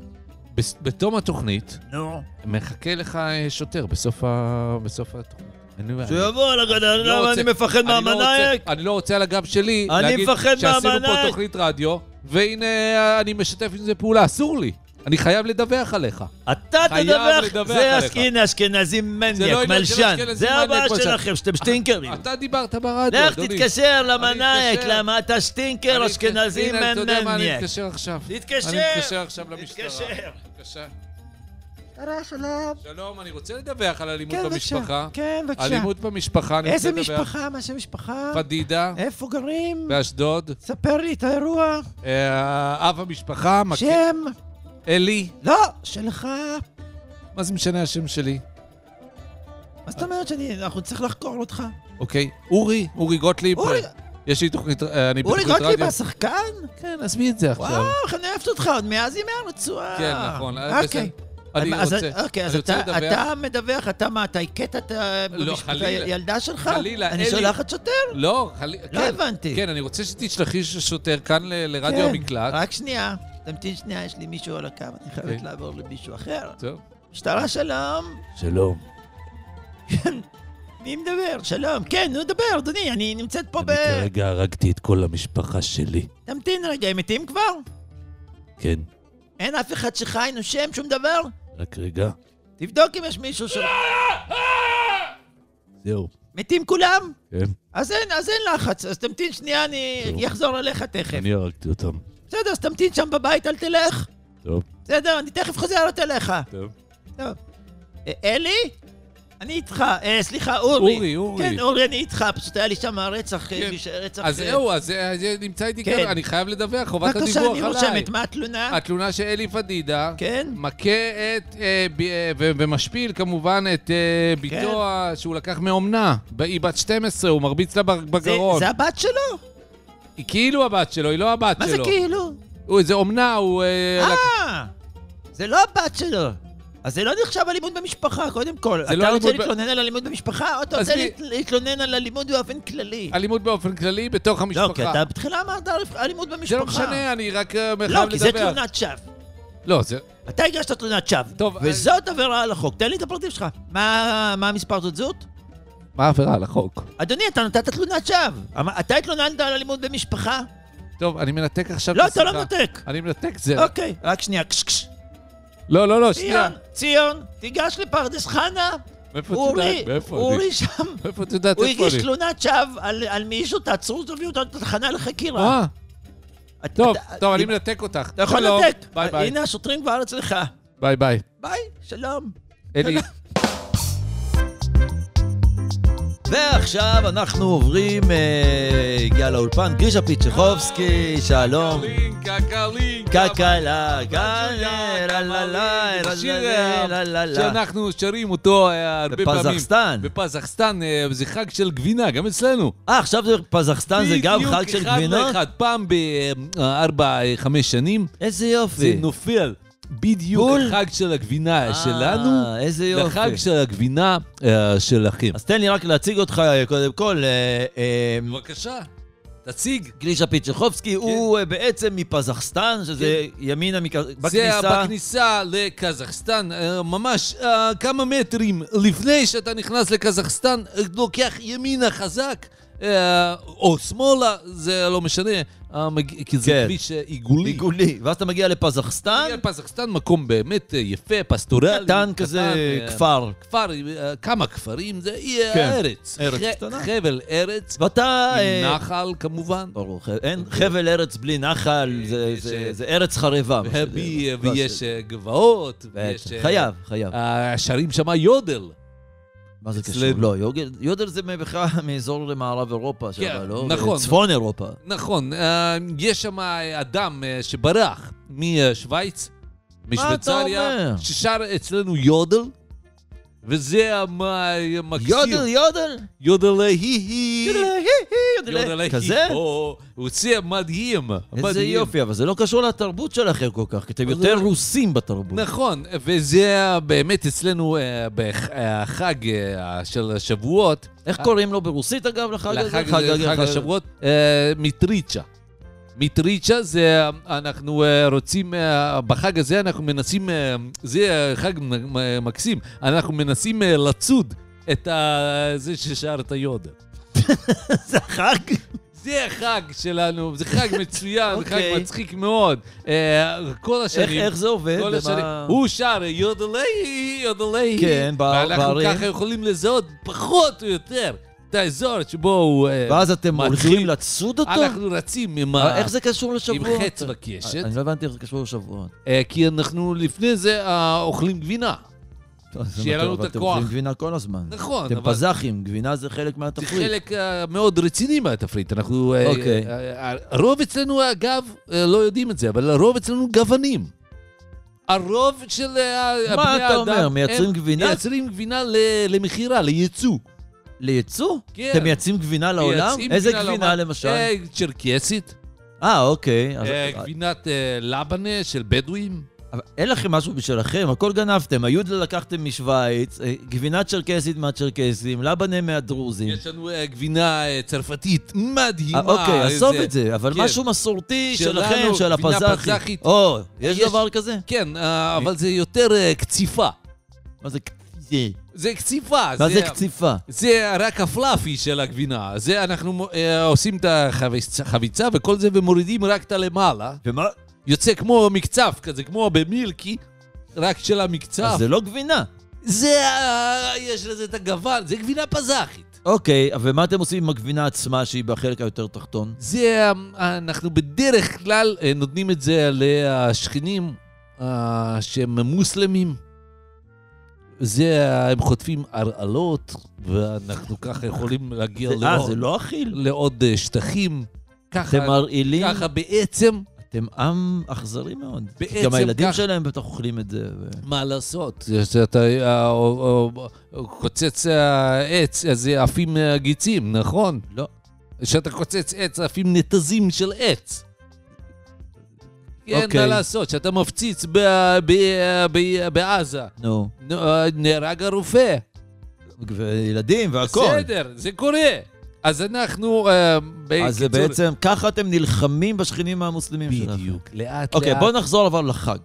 בס- בתום התוכנית,
נו.
מחכה לך אה, שוטר בסוף ה- בסוף התוכנית. אני- אני-
שהוא יבוא על הגדר,
לא
למה
רוצה-
אני מפחד
אני לא
מהמנאייק?
רוצה- אני לא רוצה על הגב שלי
אני
להגיד
מפחד
שעשינו פה
מהמנאייק.
תוכנית רדיו, והנה אה, אני משתף עם זה פעולה, אסור לי. אני חייב לדווח עליך.
אתה
חייב
תדווח,
לדווח
זה
עליך.
אש- הנה אשכנזים
זה לא
מניאק,
עניין של
מלשן.
אשכנזים
זה הבעיה
מניאק, מלשן.
שלכם, שאתם שטינקרים.
אתה דיברת ברדיו,
לך
אדוני.
תתקשר למנאייק,
אתקשר.
למה אתה שטינקר
אני-
אשכנזי
הנה, אתה יודע מה, אני
מניאק.
מתקשר עכשיו.
תתקשר.
אני מתקשר עכשיו למשטרה.
תתקשר.
בבקשה.
תראה, שלום.
שלום, אני רוצה לדווח על אלימות
כן, בבקשה.
במשפחה.
כן, בבקשה.
אלימות במשפחה, אני רוצה
איזה
לדווח.
משפחה? מה שם משפחה?
פדידה,
איפה גרים?
באשדוד.
ספר לי את האירוע.
אה, אב המשפחה, מכה-
שם?
אלי.
לא, שלך.
מה זה משנה השם שלי?
מה זאת אומרת שאני... אנחנו נצטרך לחקור אותך.
אוקיי. אורי, אורי גוטליב.
אורי-
יש לי תוכנית, אה, אני
אורי לא
בתוכנית
גוטליב
רדיו.
השחקן?
כן, עזבי את זה עכשיו.
וואו, איך אני אוהבת אותך, עוד מאז ימי הרצועה.
כן, נכון. אה,
אוקיי.
בסדר. אני
אז-
רוצה,
אוקיי, אז
אני רוצה
אתה-
לדווח.
אתה מדווח, אתה מה, אתה הכית את ה-
לא,
במשפט-
חלילה.
הילדה שלך?
חלילה,
אני
אלי.
שולחת שוטר?
לא, חלילה.
לא הבנתי.
כן, אני רוצה שתשלחי שוטר כאן ל- לרדיו
כן.
המקלט.
רק שנייה. תמתין שנייה, יש לי מישהו על הקו, אני חייבת
אה. אוקיי.
לעבור למישהו אחר.
טוב.
משטרה, שלום. כן,
שלום.
מי מדבר? שלום. כן, נו, דבר, אדוני, אני נמצאת פה ב...
הרגתי את כל המשפחה שלי.
תמתין רגע, הם מתים כבר?
כן,
אין אף אחד שחי, נושם, שום דבר?
רק רגע.
תבדוק אם יש מישהו ש...
זהו.
מתים כולם?
כן,
אז אין, אז אין לחץ, אז תמתין שנייה, אני
טוב.
אחזור אליך תכף.
הרגתי אותם.
בסדר, אז תמתין שם בבית, אל תלך.
טוב,
בסדר, אני תכף חוזרת אליך.
טוב.
טוב. אה, אלי? אני איתך, אה, סליחה, אורי.
אורי, אורי.
כן, אורי, אני איתך, פשוט היה לי שם רצח, אה,
כן.
מיש- רצח...
אז
אה,
זהו, אז אה, זה נמצא איתי
כן.
כאן, אני חייב לדווח, חובת
בבקשה,
הדיווח
אני
עליי.
רושמת, מה התלונה?
התלונה של אלי פדידה,
כן.
מכה את, אה, ב- אה, ו- ומשפיל כמובן את אה,
כן.
בתו ה- שהוא לקח מאומנה. ב- היא בת 12, הוא מרביץ לה ב-
זה-
בגרון.
זה הבת שלו?
היא כאילו הבת שלו, היא לא הבת
מה זה
שלו.
כאילו?
הוא- זה אומנה, הוא... אה, לקח-
אה, זה לא הבת שלו. אז זה לא נחשב אלימות במשפחה, קודם כל.
זה לא
אתה רוצה
אלימות ב-
להתלונן על אלימות במשפחה, או אתה רוצה
עזבי.
להת- להתלונן על אלימות באופן כללי?
אלימות באופן כללי בתוך המשפחה.
לא, כי אתה בתחילה אמרת אל- אלימות במשפחה.
זה לא משנה, אני רק אה, חייב
לא,
לדווח.
כי זה תלונת שווא.
לא, זה...
אתה הגשת תלונת שווא.
טוב,
וזאת עבירה על החוק. תן לי את הפרטים שלך. מה מה המספר תעודת זהות?
מה העבירה על החוק?
אדוני, אתה נתת תלונת שווא. אמר- אתה התלוננת על אלימות במשפחה?
טוב, אני מנתק עכשיו
לא,
את
אתה
השיחה.
לא מנתק.
אני מנתק זה.
אוקיי, רק שנייה. קש, קש.
לא, לא, לא, שנייה.
ציון, ציון, תיגש לפרדס חנה.
מאיפה את
אורי,
יודעת? מאיפה אני?
אורי שם.
מאיפה את יודעת
הוא
איפה
הגיש
אני?
תלונת שווא על, על מישהו, תעצרו אותו ויהיו אותו לתחנה לחקירה.
אה,
אתה-
טוב,
אתה-
טוב, אני מנתק אותך.
אתה יכול
שלום.
לתת.
ביי ביי.
הנה השוטרים כבר אצלך.
ביי ביי.
ביי, שלום.
אלי,
ועכשיו אנחנו עוברים, אה, הגיע לאולפן, גרישה פיצ'חובסקי, שלום. קקלה, גלר, לה לה לה, לה
שיר,
לה לה לה לה.
אה, שאנחנו שרים אותו אה, הרבה פעמים.
בפזחסטן.
בפזחסטן, אה, זה חג של גבינה, גם אצלנו.
אה, עכשיו זה פזחסטן, אה, זה גם
בדיוק
חג של
אחד
גבינות?
לאחד, פעם בארבע-חמש שנים,
איזה
זה
יופי.
נופל בדיוק
בול.
לחג של הגבינה
אה,
שלנו,
איזה
לחג
יופי.
של הגבינה אה, שלכם.
אז תן לי רק להציג אותך אה, קודם כל. אה, אה,
בבקשה, תציג.
גלישה
כן.
פיצ'חובסקי הוא אה, בעצם מפזחסטן, שזה ימינה מכ-
זה
בכניסה.
בכניסה לקזחסטן, אה, ממש אה, כמה מטרים לפני שאתה נכנס לקזחסטן, אה, לוקח ימינה חזק, אה, או שמאלה, זה לא משנה, המג- כי זה
כן.
כביש אה, עיגולי.
עיגולי. ואז אתה מגיע לפזחסטן,
מגיע פזחסטן מקום באמת אה, יפה, פסטורלי.
קטן כזה,
אה,
כפר.
כפר, אה, כמה כפרים, זה היא
כן,
ארץ.
ארץ
ח-
קטנה.
חבל ארץ,
ואתה... אה, לא,
עם נחל כמובן.
ברור, ח- אין חבל ארץ בלי נחל, זה-
יש,
זה-
אה,
זה ארץ חרבה. מה שזה-
והבי-
מה
ויש
שזה.
אה, גבעות, ויש...
בעצם.
אה,
לא חייב, חייב.
אה, שרים שמה יודל.
מה זה קשור?
אצלנו.
לא, יודל- יודל זה בכלל מאזור למערב אירופה, שם,
כן,
לא?
נכון.
צפון אירופה.
נכון, אה, יש שם אדם אה, שברח משוויץ, משוויצריה,
אומר?
ששר אצלנו יודל, וזה המקסיר.
יודל, יודל!
יודל ההי-הי.
אה, יודל,
יודל ההי-הי.
אה, כזה?
או, הוא צי מדהים.
איזה
מדהים.
יופי, אבל זה לא קשור לתרבות שלכם כל כך, כי אתם
אבל
יותר
זה-
רוסים בתרבות.
נכון, וזה באמת אצלנו אה, בחג אה, של השבועות.
איך קוראים לו ברוסית, אגב, לחג הזה?
לחג הזה, חג השבועות, אה, מיטריצ'ה. מיטריצ'ה זה, אה, אנחנו אה, רוצים, אה, בחג הזה אנחנו מנסים, אה, זה אה, חג מ- מ- מקסים, אנחנו מנסים אה, לצוד את ה- זה ששרת יודה.
(laughs) זה חג?
זה החג שלנו, זה חג מצוין, זה חג
אוקיי.
מצחיק מאוד. אה, כל
איך
השנים,
איך זה עובד?
כל
ומה-
השנים, לא הוא שר יודלי, יודלי.
כן, ב-
ואנחנו
בערים.
ככה יכולים לזהות פחות או יותר את האזור שבו הוא... אה,
ואז אתם
מתחיל-
הולכים לצוד אותו?
אנחנו רצים עם
אבל
ה-
איך זה קשור
עם
לשבועות?
חץ וקשת,
אני לא הבנתי איך זה קשור לשבועות.
אה, כי אנחנו לפני זה אה, אוכלים גבינה. שיהיה לנו את
אתם
הכוח.
אוכלים גבינה כל הזמן.
נכון,
אתם
אבל
פזחים, גבינה זה חלק
זה
מהתפריט.
חלק אה, מאוד רציני מהתפריט. אנחנו... אה,
אוקיי.
אה, אה, הרוב אצלנו, אגב, אה, לא יודעים את זה, אבל הרוב אצלנו גוונים. הרוב של אה, בני האדם...
מה אתה אומר?
הם
מייצרים גבינה?
מייצרים גבינה ל- למכירה, לייצוא.
לייצוא?
כן.
אתם מייצאים גבינה לעולם?
מייצאים
איזה גבינה
לעולם.
למשל?
אה, צ'רקסית,
אה, אוקיי. אז-
אה, גבינת אה, לבנה של בדואים.
אבל אין לכם משהו בשלכם, הכל גנבתם. היודלה לקחתם משוויץ, אה, גבינה צ'רקסית מהצ'רקסים, לבנה מהדרוזים.
יש לנו אה, גבינה אה, צרפתית מדהימה.
אה, אוקיי, עזוב
זה-
את זה, אבל
כן.
משהו מסורתי
שלנו,
שלכם, של
גבינה
הפזחי.
פזחית.
או, יש
יש-
דבר כזה?
כן, אה, אבל זה יותר אה, קציפה.
מה זה זה?
זה קציפה.
מה זה קציפה?
זה רק הפלאפי של הגבינה. זה אנחנו אה, עושים את החביצה חביצה וכל זה ומורידים רק את הלמעלה.
ומה?
יוצא כמו מקצף כזה, כמו במילקי, רק של המקצף.
אז זה לא גבינה.
זה, אה, יש לזה את הגוון, זה גבינה פזחית.
אוקיי, ומה אתם עושים עם הגבינה עצמה שהיא בחלק היותר תחתון?
זה, אה, אנחנו בדרך כלל אה, נותנים את זה לשכנים אה, שהם מוסלמים. זה, אה, הם חוטפים הרעלות, ואנחנו ככה יכולים להגיע
זה- אה,
לעוד-
זה לא אכיל.
לעוד אה, שטחים. ככה,
אתם מרעילים,
ככה בעצם,
אתם עם אכזרי מאוד.
בעצם
גם הילדים
ככה.
שלהם בטח אוכלים את זה. ו-
מה לעשות? יש- אתה אה, או- או- או- קוצץ אה, עץ, אז עפים אה, גיצים, נכון?
לא.
כשאתה קוצץ עץ, עפים נתזים של עץ. כן,
אוקיי.
מה לעשות? כשאתה מפציץ ב- ב- ב- בעזה,
נו,
נו, אה, נהרג הרופא.
וילדים והכול.
בסדר, זה קורה. אז אנחנו, אה, בקיצור...
אז זה בעצם, ככה אתם נלחמים בשכנים המוסלמים שלכם.
בדיוק, לאט
אוקיי,
לאט.
בואו נחזור אבל לחג.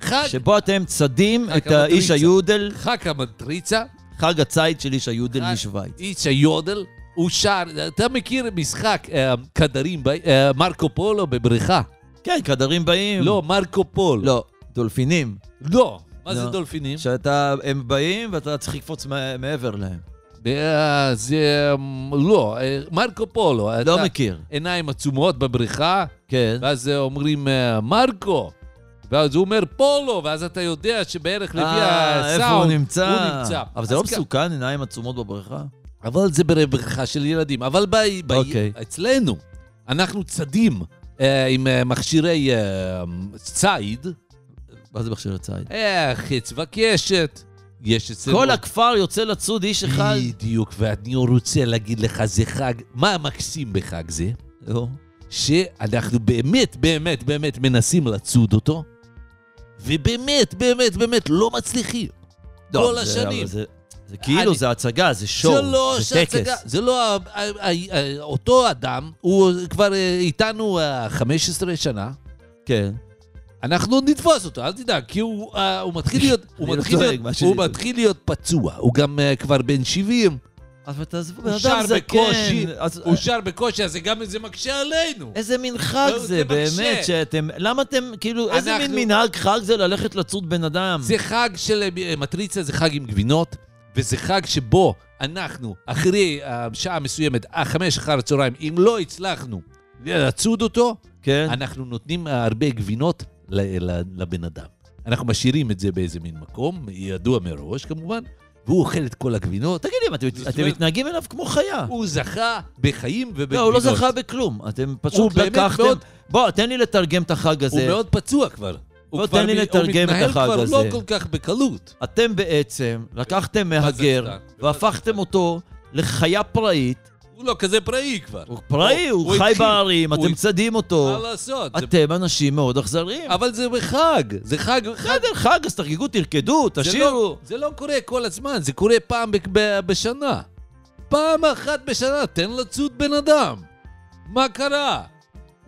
חג,
שבו אתם צדים
חג
את האיש
המטריצה.
היודל,
חג המטריצה,
חג הציד של איש היודל
חג-
משוויץ.
איש היודל, הוא שר, אתה מכיר משחק אה, קדרים, ב- אה, מרקו פולו בבריכה?
כן, קדרים באים.
לא, מרקו פולו.
לא, דולפינים.
לא. מה זה
לא.
דולפינים?
שאתה, הם באים ואתה צריך לקפוץ מע- מעבר להם.
אה, זה... אמ, לא, אה, מרקו פולו.
לא
אתה-
מכיר.
עיניים עצומות בבריכה,
כן.
ואז אה, אומרים אה, מרקו, ואז הוא אומר פולו, ואז אתה יודע שבערך לפי
אה, איפה הוא
הסאונד
נמצא?
הוא נמצא.
אבל זה
אז
לא
כ-
מסוכן, עיניים עצומות בבריכה?
אבל זה בבריכה של ילדים. אבל ב... ב...
אוקיי.
אצלנו, אנחנו צדים אה, עם אה, מכשירי אה, ציד,
מה זה מכשיר הציד?
אה, לא. חץ וקשת. יש אצלנו...
כל הכפר יוצא לצוד איש אחד.
בדיוק, ואני רוצה להגיד לך, זה חג... מה המקסים בחג זה?
לא.
שאנחנו באמת, באמת, באמת מנסים לצוד אותו, ובאמת, באמת, באמת לא מצליחים.
לא,
כל
זה-
השנים.
אבל זה- זה כאילו,
אני-
זה הצגה, זה
זה
שואו,
לא
זה
שהצגה-
טקס.
זה לא... ה- ה- ה- ה- אותו אדם, הוא כבר אה, איתנו אה, 15 שנה.
כן.
אנחנו נתפוס אותו, אל תדאג, כי הוא, אה, הוא מתחיל להיות, הוא
אני לא
מתחיל
צוחק,
להיות,
מה שאני
הוא
צוחק.
מתחיל להיות פצוע, הוא גם אה, כבר בן 70,
אבל תעזבו, בן
הוא שר
אדם
בקושי,
זקן. אז- אה.
הוא שר בקושי, אז זה גם זה מקשה עלינו.
איזה מין חג
לא, זה
זה,
מקשה.
באמת, שאתם... למה אתם, כאילו, איזה
אנחנו-
מין מנהג חג זה ללכת לצוד בן אדם?
זה חג של אה, מטריצה, זה חג עם גבינות, וזה חג שבו אנחנו, אחרי השעה המסוימת, אה, חמש אחר הצהריים, אם לא הצלחנו לצוד אותו,
כן.
אנחנו נותנים אה, הרבה גבינות ל- ל- לבן אדם. אנחנו משאירים את זה באיזה מין מקום, ידוע מראש כמובן, והוא אוכל את כל הגבינות.
תגיד לי, אתם- אתם
אומרת-
מתנהגים אליו כמו חיה.
הוא זכה בחיים ובגבינות.
לא, הוא לא זכה בכלום. אתם
הוא
פשוט
באמת
לקחתם...
מאוד-
בוא, תן לי לתרגם את החג הזה.
הוא מאוד פצוע כבר. הוא
בוא,
כבר
תן לי
מ-
לתרגם את
הוא מתנהל
החג
כבר
הזה.
לא כל כך בקלות.
אתם בעצם לקחתם מהגר
בקזחסטן.
והפכתם אותו לחיה פראית.
הוא לא כזה פראי כבר.
הוא פראי,
הוא-
הוא
הוא
חי
התחיל-
בערים,
הוא-
אתם צדים
מה
אותו.
לעשות? זה-
אתם אנשים מאוד אכזריים.
אבל זה בחג, זה חג, חג
בסדר, חג, אז תחגגו, תרקדו,
זה לא,
תשאירו.
זה לא קורה כל הזמן, זה קורה פעם ב- ב- בשנה. פעם אחת בשנה, תן לצוד בן אדם. מה קרה?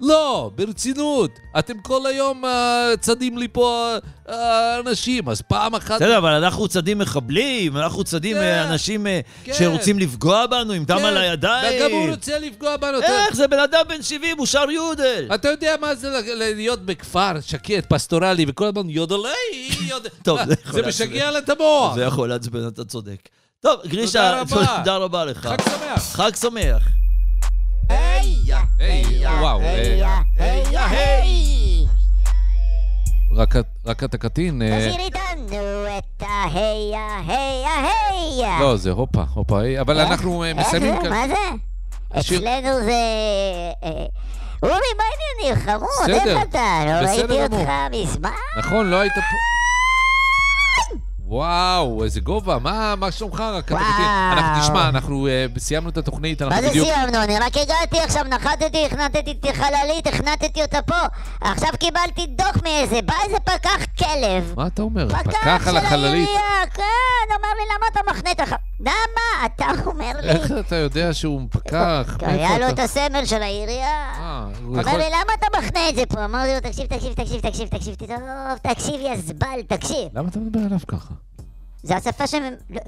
לא, ברצינות. אתם כל היום אה, צדים לי פה אה, אה, אנשים, אז פעם אחת...
בסדר, אבל אנחנו צדים מחבלים, אנחנו צדים
כן.
אה, אנשים אה,
כן.
שרוצים לפגוע בנו עם דם
כן,
על
וגם הוא
הידיים.
רוצה לפגוע בנו. אתה-
איך זה בן אדם בן 70, הוא שר יודל.
אתה יודע מה זה ל- להיות בכפר שקט, פסטורלי, וכל הזמן יודולי, יודע...
טוב, זה יכול
אה, זה
לעצבן.
משגע לה את המוח.
זה יכול לעצבן, אתה צודק. טוב,
נכון. תודה
גרישה,
רבה.
תודה רבה לך.
חג שמח.
חג שמח.
היי, וואו. אה,
היי, היי!
רק- רק אתה קטין. אה,
תשאיר איתנו את ההי, ההי, ההי!
לא, זה הופה, הופה, היי, אבל אנחנו אה,
איך
מסיימים
זה?
כאן.
מה זה?
השיר-
אצלנו זה... אה, אורי, מה העניינים? חמוד,
בסדר,
איך אתה? לא
בסדר
ראיתי
גמור.
אותך מזמן.
נכון, לא היית פה. וואו, איזה גובה, מה, מה שלומך רק אתה
וואו.
קטין? אנחנו נשמע, אנחנו אה, סיימנו את התוכנית,
מה
אנחנו
זה
בדיוק...
סיימנו? אני רק הגעתי עכשיו, נחתתי, הכנתתי את החללית, הכנתתי אותה פה. עכשיו קיבלתי דוח מאיזה, בא איזה פקח כלב.
מה אתה אומר? פקח על
של
החללית.
העירייה, כן, אומר לי, למה אתה מחנה את הח... למה? אתה אומר לי.
איך אתה יודע שהוא פקח?
כי
מאיפה
היה לו
אתה-
את הסמל של העירייה.
אה, הוא
אומר
יכול...
לי, למה אתה מחנה את זה פה? אמרתי לו, "לא, תקשיב, תקשיב, תקשיב, תקשיב, תקשיב, טוב, תקשיב, יא זבל, תקשיב.
למה אתה מדבר עליו ככה?
זה השפה שהם...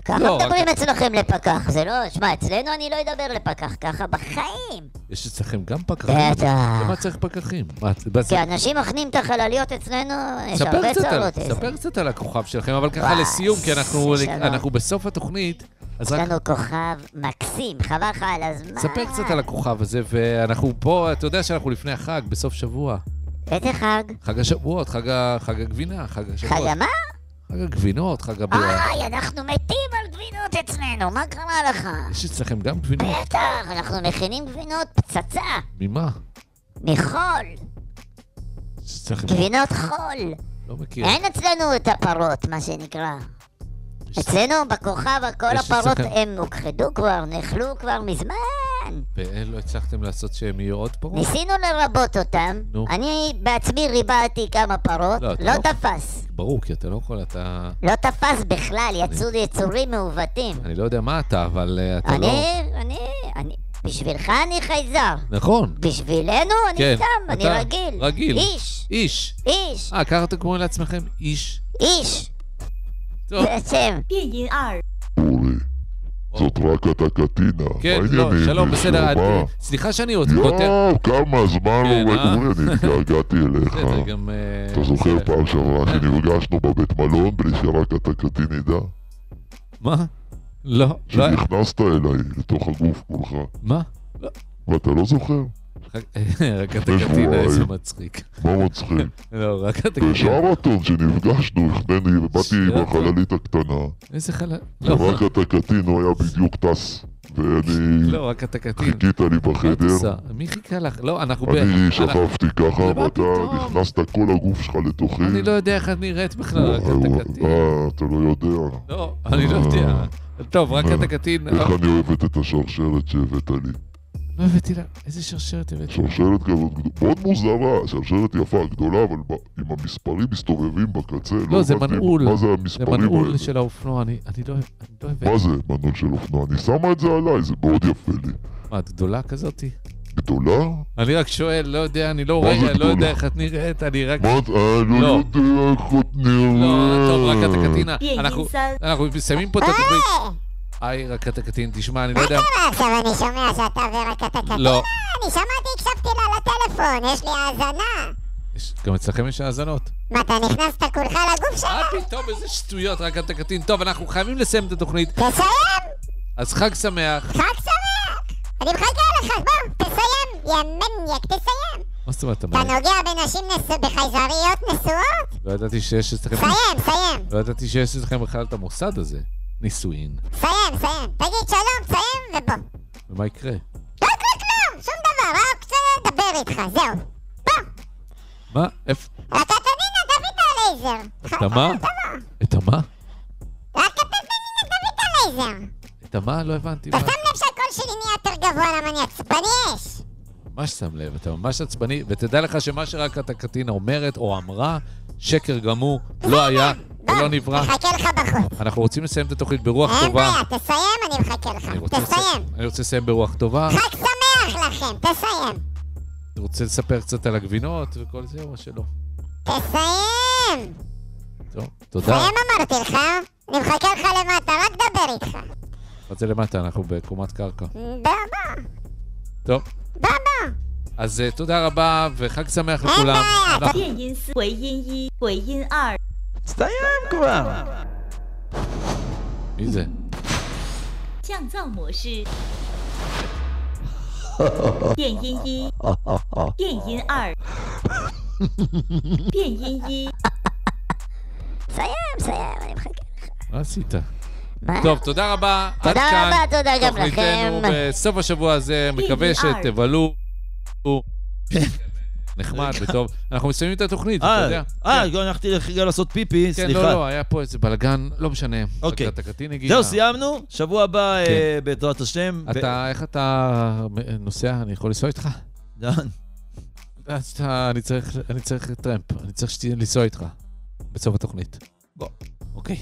ככה
לא,
מדברים אצלכם לפקח, זה לא... שמע, אצלנו אני לא אדבר לפקח ככה בחיים.
יש אצלכם גם פקחים? למה
בטח.
צריך פקחים? מה, זה- מה זה-
כי אנשים מחנים את החלליות אצלנו, יש
ספר
הרבה
קצת, על,
צרות.
ספר קצת על הכוכב שלכם, אבל ככה
וואי,
לסיום, כי אנחנו,
שלום.
אנחנו בסוף התוכנית, אז
יש
רק
לנו כוכב מקסים, חבל לך על הזמן.
ספר קצת על הכוכב הזה, ואנחנו פה, אתה יודע שאנחנו לפני החג, בסוף שבוע.
איזה חג?
חג השבועות, חג, ה- חג הגבינה, חג השבועות.
חג אה! המה?
חג הגבינות, חג הבירה.
איי, אנחנו מתים על גבינות אצלנו, מה קרה לך?
יש אצלכם גם גבינות?
בטח, אנחנו מכינים גבינות פצצה,
ממה?
מחול,
יש אצלכם...
גבינות חול.
לא מכיר.
אין אצלנו את הפרות, מה שנקרא. אצלנו בכוכב כל
יש
הפרות
אצלכם-
הם הוכחדו כבר, נאכלו כבר מזמן.
ואין, לא הצלחתם לעשות שהם יהיו עוד פרות?
ניסינו לרבות אותם,
נו.
אני בעצמי ריבעתי כמה פרות,
לא, אתה
לא
לא-
תפס.
ברור, כי אתה לא יכול, אתה...
לא תפס בכלל, יצאו לי יצורים מעוותים.
אני לא יודע מה אתה, אבל אה, אתה לא...
אני, אני, אני, בשבילך אני חייזר.
נכון.
בשבילנו אני
כן,
סתם, אני
אתה
רגיל.
רגיל.
איש,
איש.
איש,
אה, ככה אתם קוראים לעצמכם? איש.
איש.
טוב.
זה השם.
אורי, זאת רק אתה קטינה.
כן,
מה
לא,
העניינים,
שלום,
מישהו?
בסדר.
מה? לא.
את- סליחה שאני עוד קוטע.
יואו, כמה זמן
כן,
לא ראיתי,
אה?
אורי,
(laughs)
אני התגעגעתי אליך.
בסדר, גם... אה,
אתה זוכר
בסדר.
פעם שעברה שנפגשנו בבית מלון בלי שרק אתה קטין
לא.
ידע?
מה? לא, לא...
שנכנסת אליי, לתוך הגוף כולך,
מה?
ואתה לא זוכר?
רק אתה קטין, אה, איזה מצחיק.
מה
(laughs)
מצחיק?
לא, רק אתה קטין.
בשרתון שנפגשנו, החטאני, באתי עם החללית הקטנה,
איזה חלל... לא,
ורק אתה קטין, הוא היה בדיוק טס, ואני...
לא, רק אתה קטין.
חיכית לי
מה את
בחדר,
עושה? מי חיכה לך? לא, אנחנו... ב-
אני
אנחנו-
שכבתי ככה,
למה
ואתה
פתאום?
נכנסת כל הגוף שלך לתוכי.
אני לא יודע איך את נראית בכלל, רק
וואי,
אתה קטין.
וואי, אתה לא יודע.
לא, אני לא יודע. טוב, רק אתה קטין. לא,
אה. איך אני אוהבת את השרשרת שהבאת לי.
לא הבאתי לה... איזה שרשרת הבאת?
שרשרת כזאת גדולה, מאוד מוזרה, שרשרת יפה, גדולה, אבל ב- עם המספרים מסתובבים בקצה.
לא, זה
הבנתי,
מנעול.
מה זה
זה
המספרים האלה?
מנעול של האופנוע, אני אני לא אני לא הבאתי.
מה זה מנעול של אופנוע? אני שמה את זה עליי, זה מאוד יפה לי.
מה, את גדולה כזאתי?
גדולה?
אני רק שואל, לא יודע, אני לא
מה זה
רגע, לא יודע
גדולה?
איך את נראית, אני רק...
מה את... אה, לא
לא.
יודע איך את נראית.
לא, טוב, רק אתה קטינה. אנחנו- אנחנו מסיימים פה את התוכנית. היי, רק אתה קטין, תשמע, אני לא יודע...
למה כן. עכשיו אני שומע שאתה ורק אתה קטן?
לא.
אני שמעתי, הקשבתי לה לטלפון, יש לי האזנה.
יש- גם אצלכם יש האזנות.
מה, אתה נכנסת כולך לגוף
מה
שלה?
פתאום, איזה שטויות, רק אתה קטין. טוב, אנחנו חייבים לסיים את התוכנית,
תסיים!
אז חג שמח.
חג שמח! אני מחכה לך, בוא, תסיים, יא מניאק, תסיים.
מה זאת אומרת, אתה
אתה
מעניין?
נוגע בנשים נשו- בחייזריות נשואות?
לא ידעתי שיש אצלכם...
סיים, סיים,
לא ידעתי שיש אצלכם בכלל את המוסד הזה. נישואין.
סיים, סיים. תגיד שלום, סיים, ובוא.
ומה יקרה?
לא יקרה כלום, שום דבר, רק רוצה לדבר איתך, זהו. בוא,
מה? איפה?
רק תנינה, תביא את הלייזר.
את המה? את המה?
רק תנינה, תביא את הלייזר.
את המה? לא הבנתי.
אתה
מה-
שם לב שהקול שלי נהיה יותר גבוה, למה אני עצבני יש?
ממש שם לב, אתה ממש עצבני, ותדע לך שמה שרק את הקטינה אומרת או אמרה, שקר גמור,
נכון,
לא היה ולא נברא.
מחכה לך בחוץ.
אנחנו רוצים לסיים את התוכנית ברוח
אין
טובה.
בעיה, תסיים, אני מחכה לך.
אני רוצה
תסיים.
לסיים- אני רוצה לסיים ברוח טובה.
חג שמח לכם, תסיים.
אתה רוצה לספר קצת על הגבינות וכל זה, או שלא?
תסיים.
טוב, תודה.
תסיים אמרתי לך, אני מחכה לך למטה, רק דבר איתך.
אז זה למטה, אנחנו בקומת קרקע.
בוא, בוא,
טוב,
בוא, בוא.
אז אה, תודה רבה, וחג שמח
אין
לכולם.
בעיה,
אנחנו-
电音四回音一，回音二。
תסיים כבר.
מי זה?
降噪模式。电音一，电音二，电音一，
סיים, סיים, אני מחכה.
מה עשית?
מה?
טוב, תודה רבה. עד
תודה
כאן
רבה, תודה גם
תוכניתנו
לכם.
בסוף השבוע הזה, מקווה
PVR.
שתבלו. נחמד וטוב. אנחנו מסיימים את התוכנית, אתה
אה,
יודע.
אה, הלכתי לרגע לעשות פיפי,
כן, לא, לא,
סליחה.
היה פה איזה בלאגן, לא משנה.
אוקיי.
אתה קטין הגיע.
זהו, סיימנו, שבוע הבא, אה, בעזרת השם. ו-
אתה, איך אתה נוסע? אני יכול לנסוע איתך?
(laughs) דן,
אז אתה- אני צריך, אני צריך טרמפ, אני צריך שתהיה- לנסוע איתך בסוף התוכנית.
בוא.
אוקיי.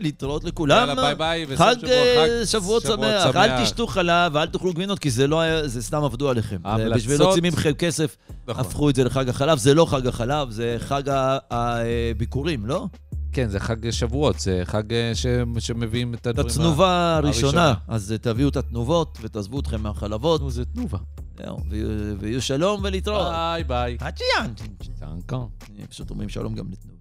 להתראות לכולם.
יאללה, ביי ביי, וסוף
חג
שבוע,
אה,
חג
שבועות שמח, אל תשתו חלב ואל תאכלו גבינות, כי זה לא היה, זה סתם עבדו עליכם. זה
ההמלצות-
בשביל להוציא מכם כסף,
נכון.
הפכו את זה לחג החלב, זה לא חג החלב, זה חג ה- הביקורים, לא?
כן, זה חג שבועות, זה חג אה, ש- שמביאים את
את
הדברים...
התנובה
הראשונה.
הראשונה, אז תביאו את התנובות ותעזבו אתכם מהחלבות,
נו, זה תנובה. אה.
זהו, ויהיו- ויהיו שלום ולהתראות.
ביי ביי.
עד שיאן.
צ'אנקה.
פשוט אומרים שלום גם לתנובה.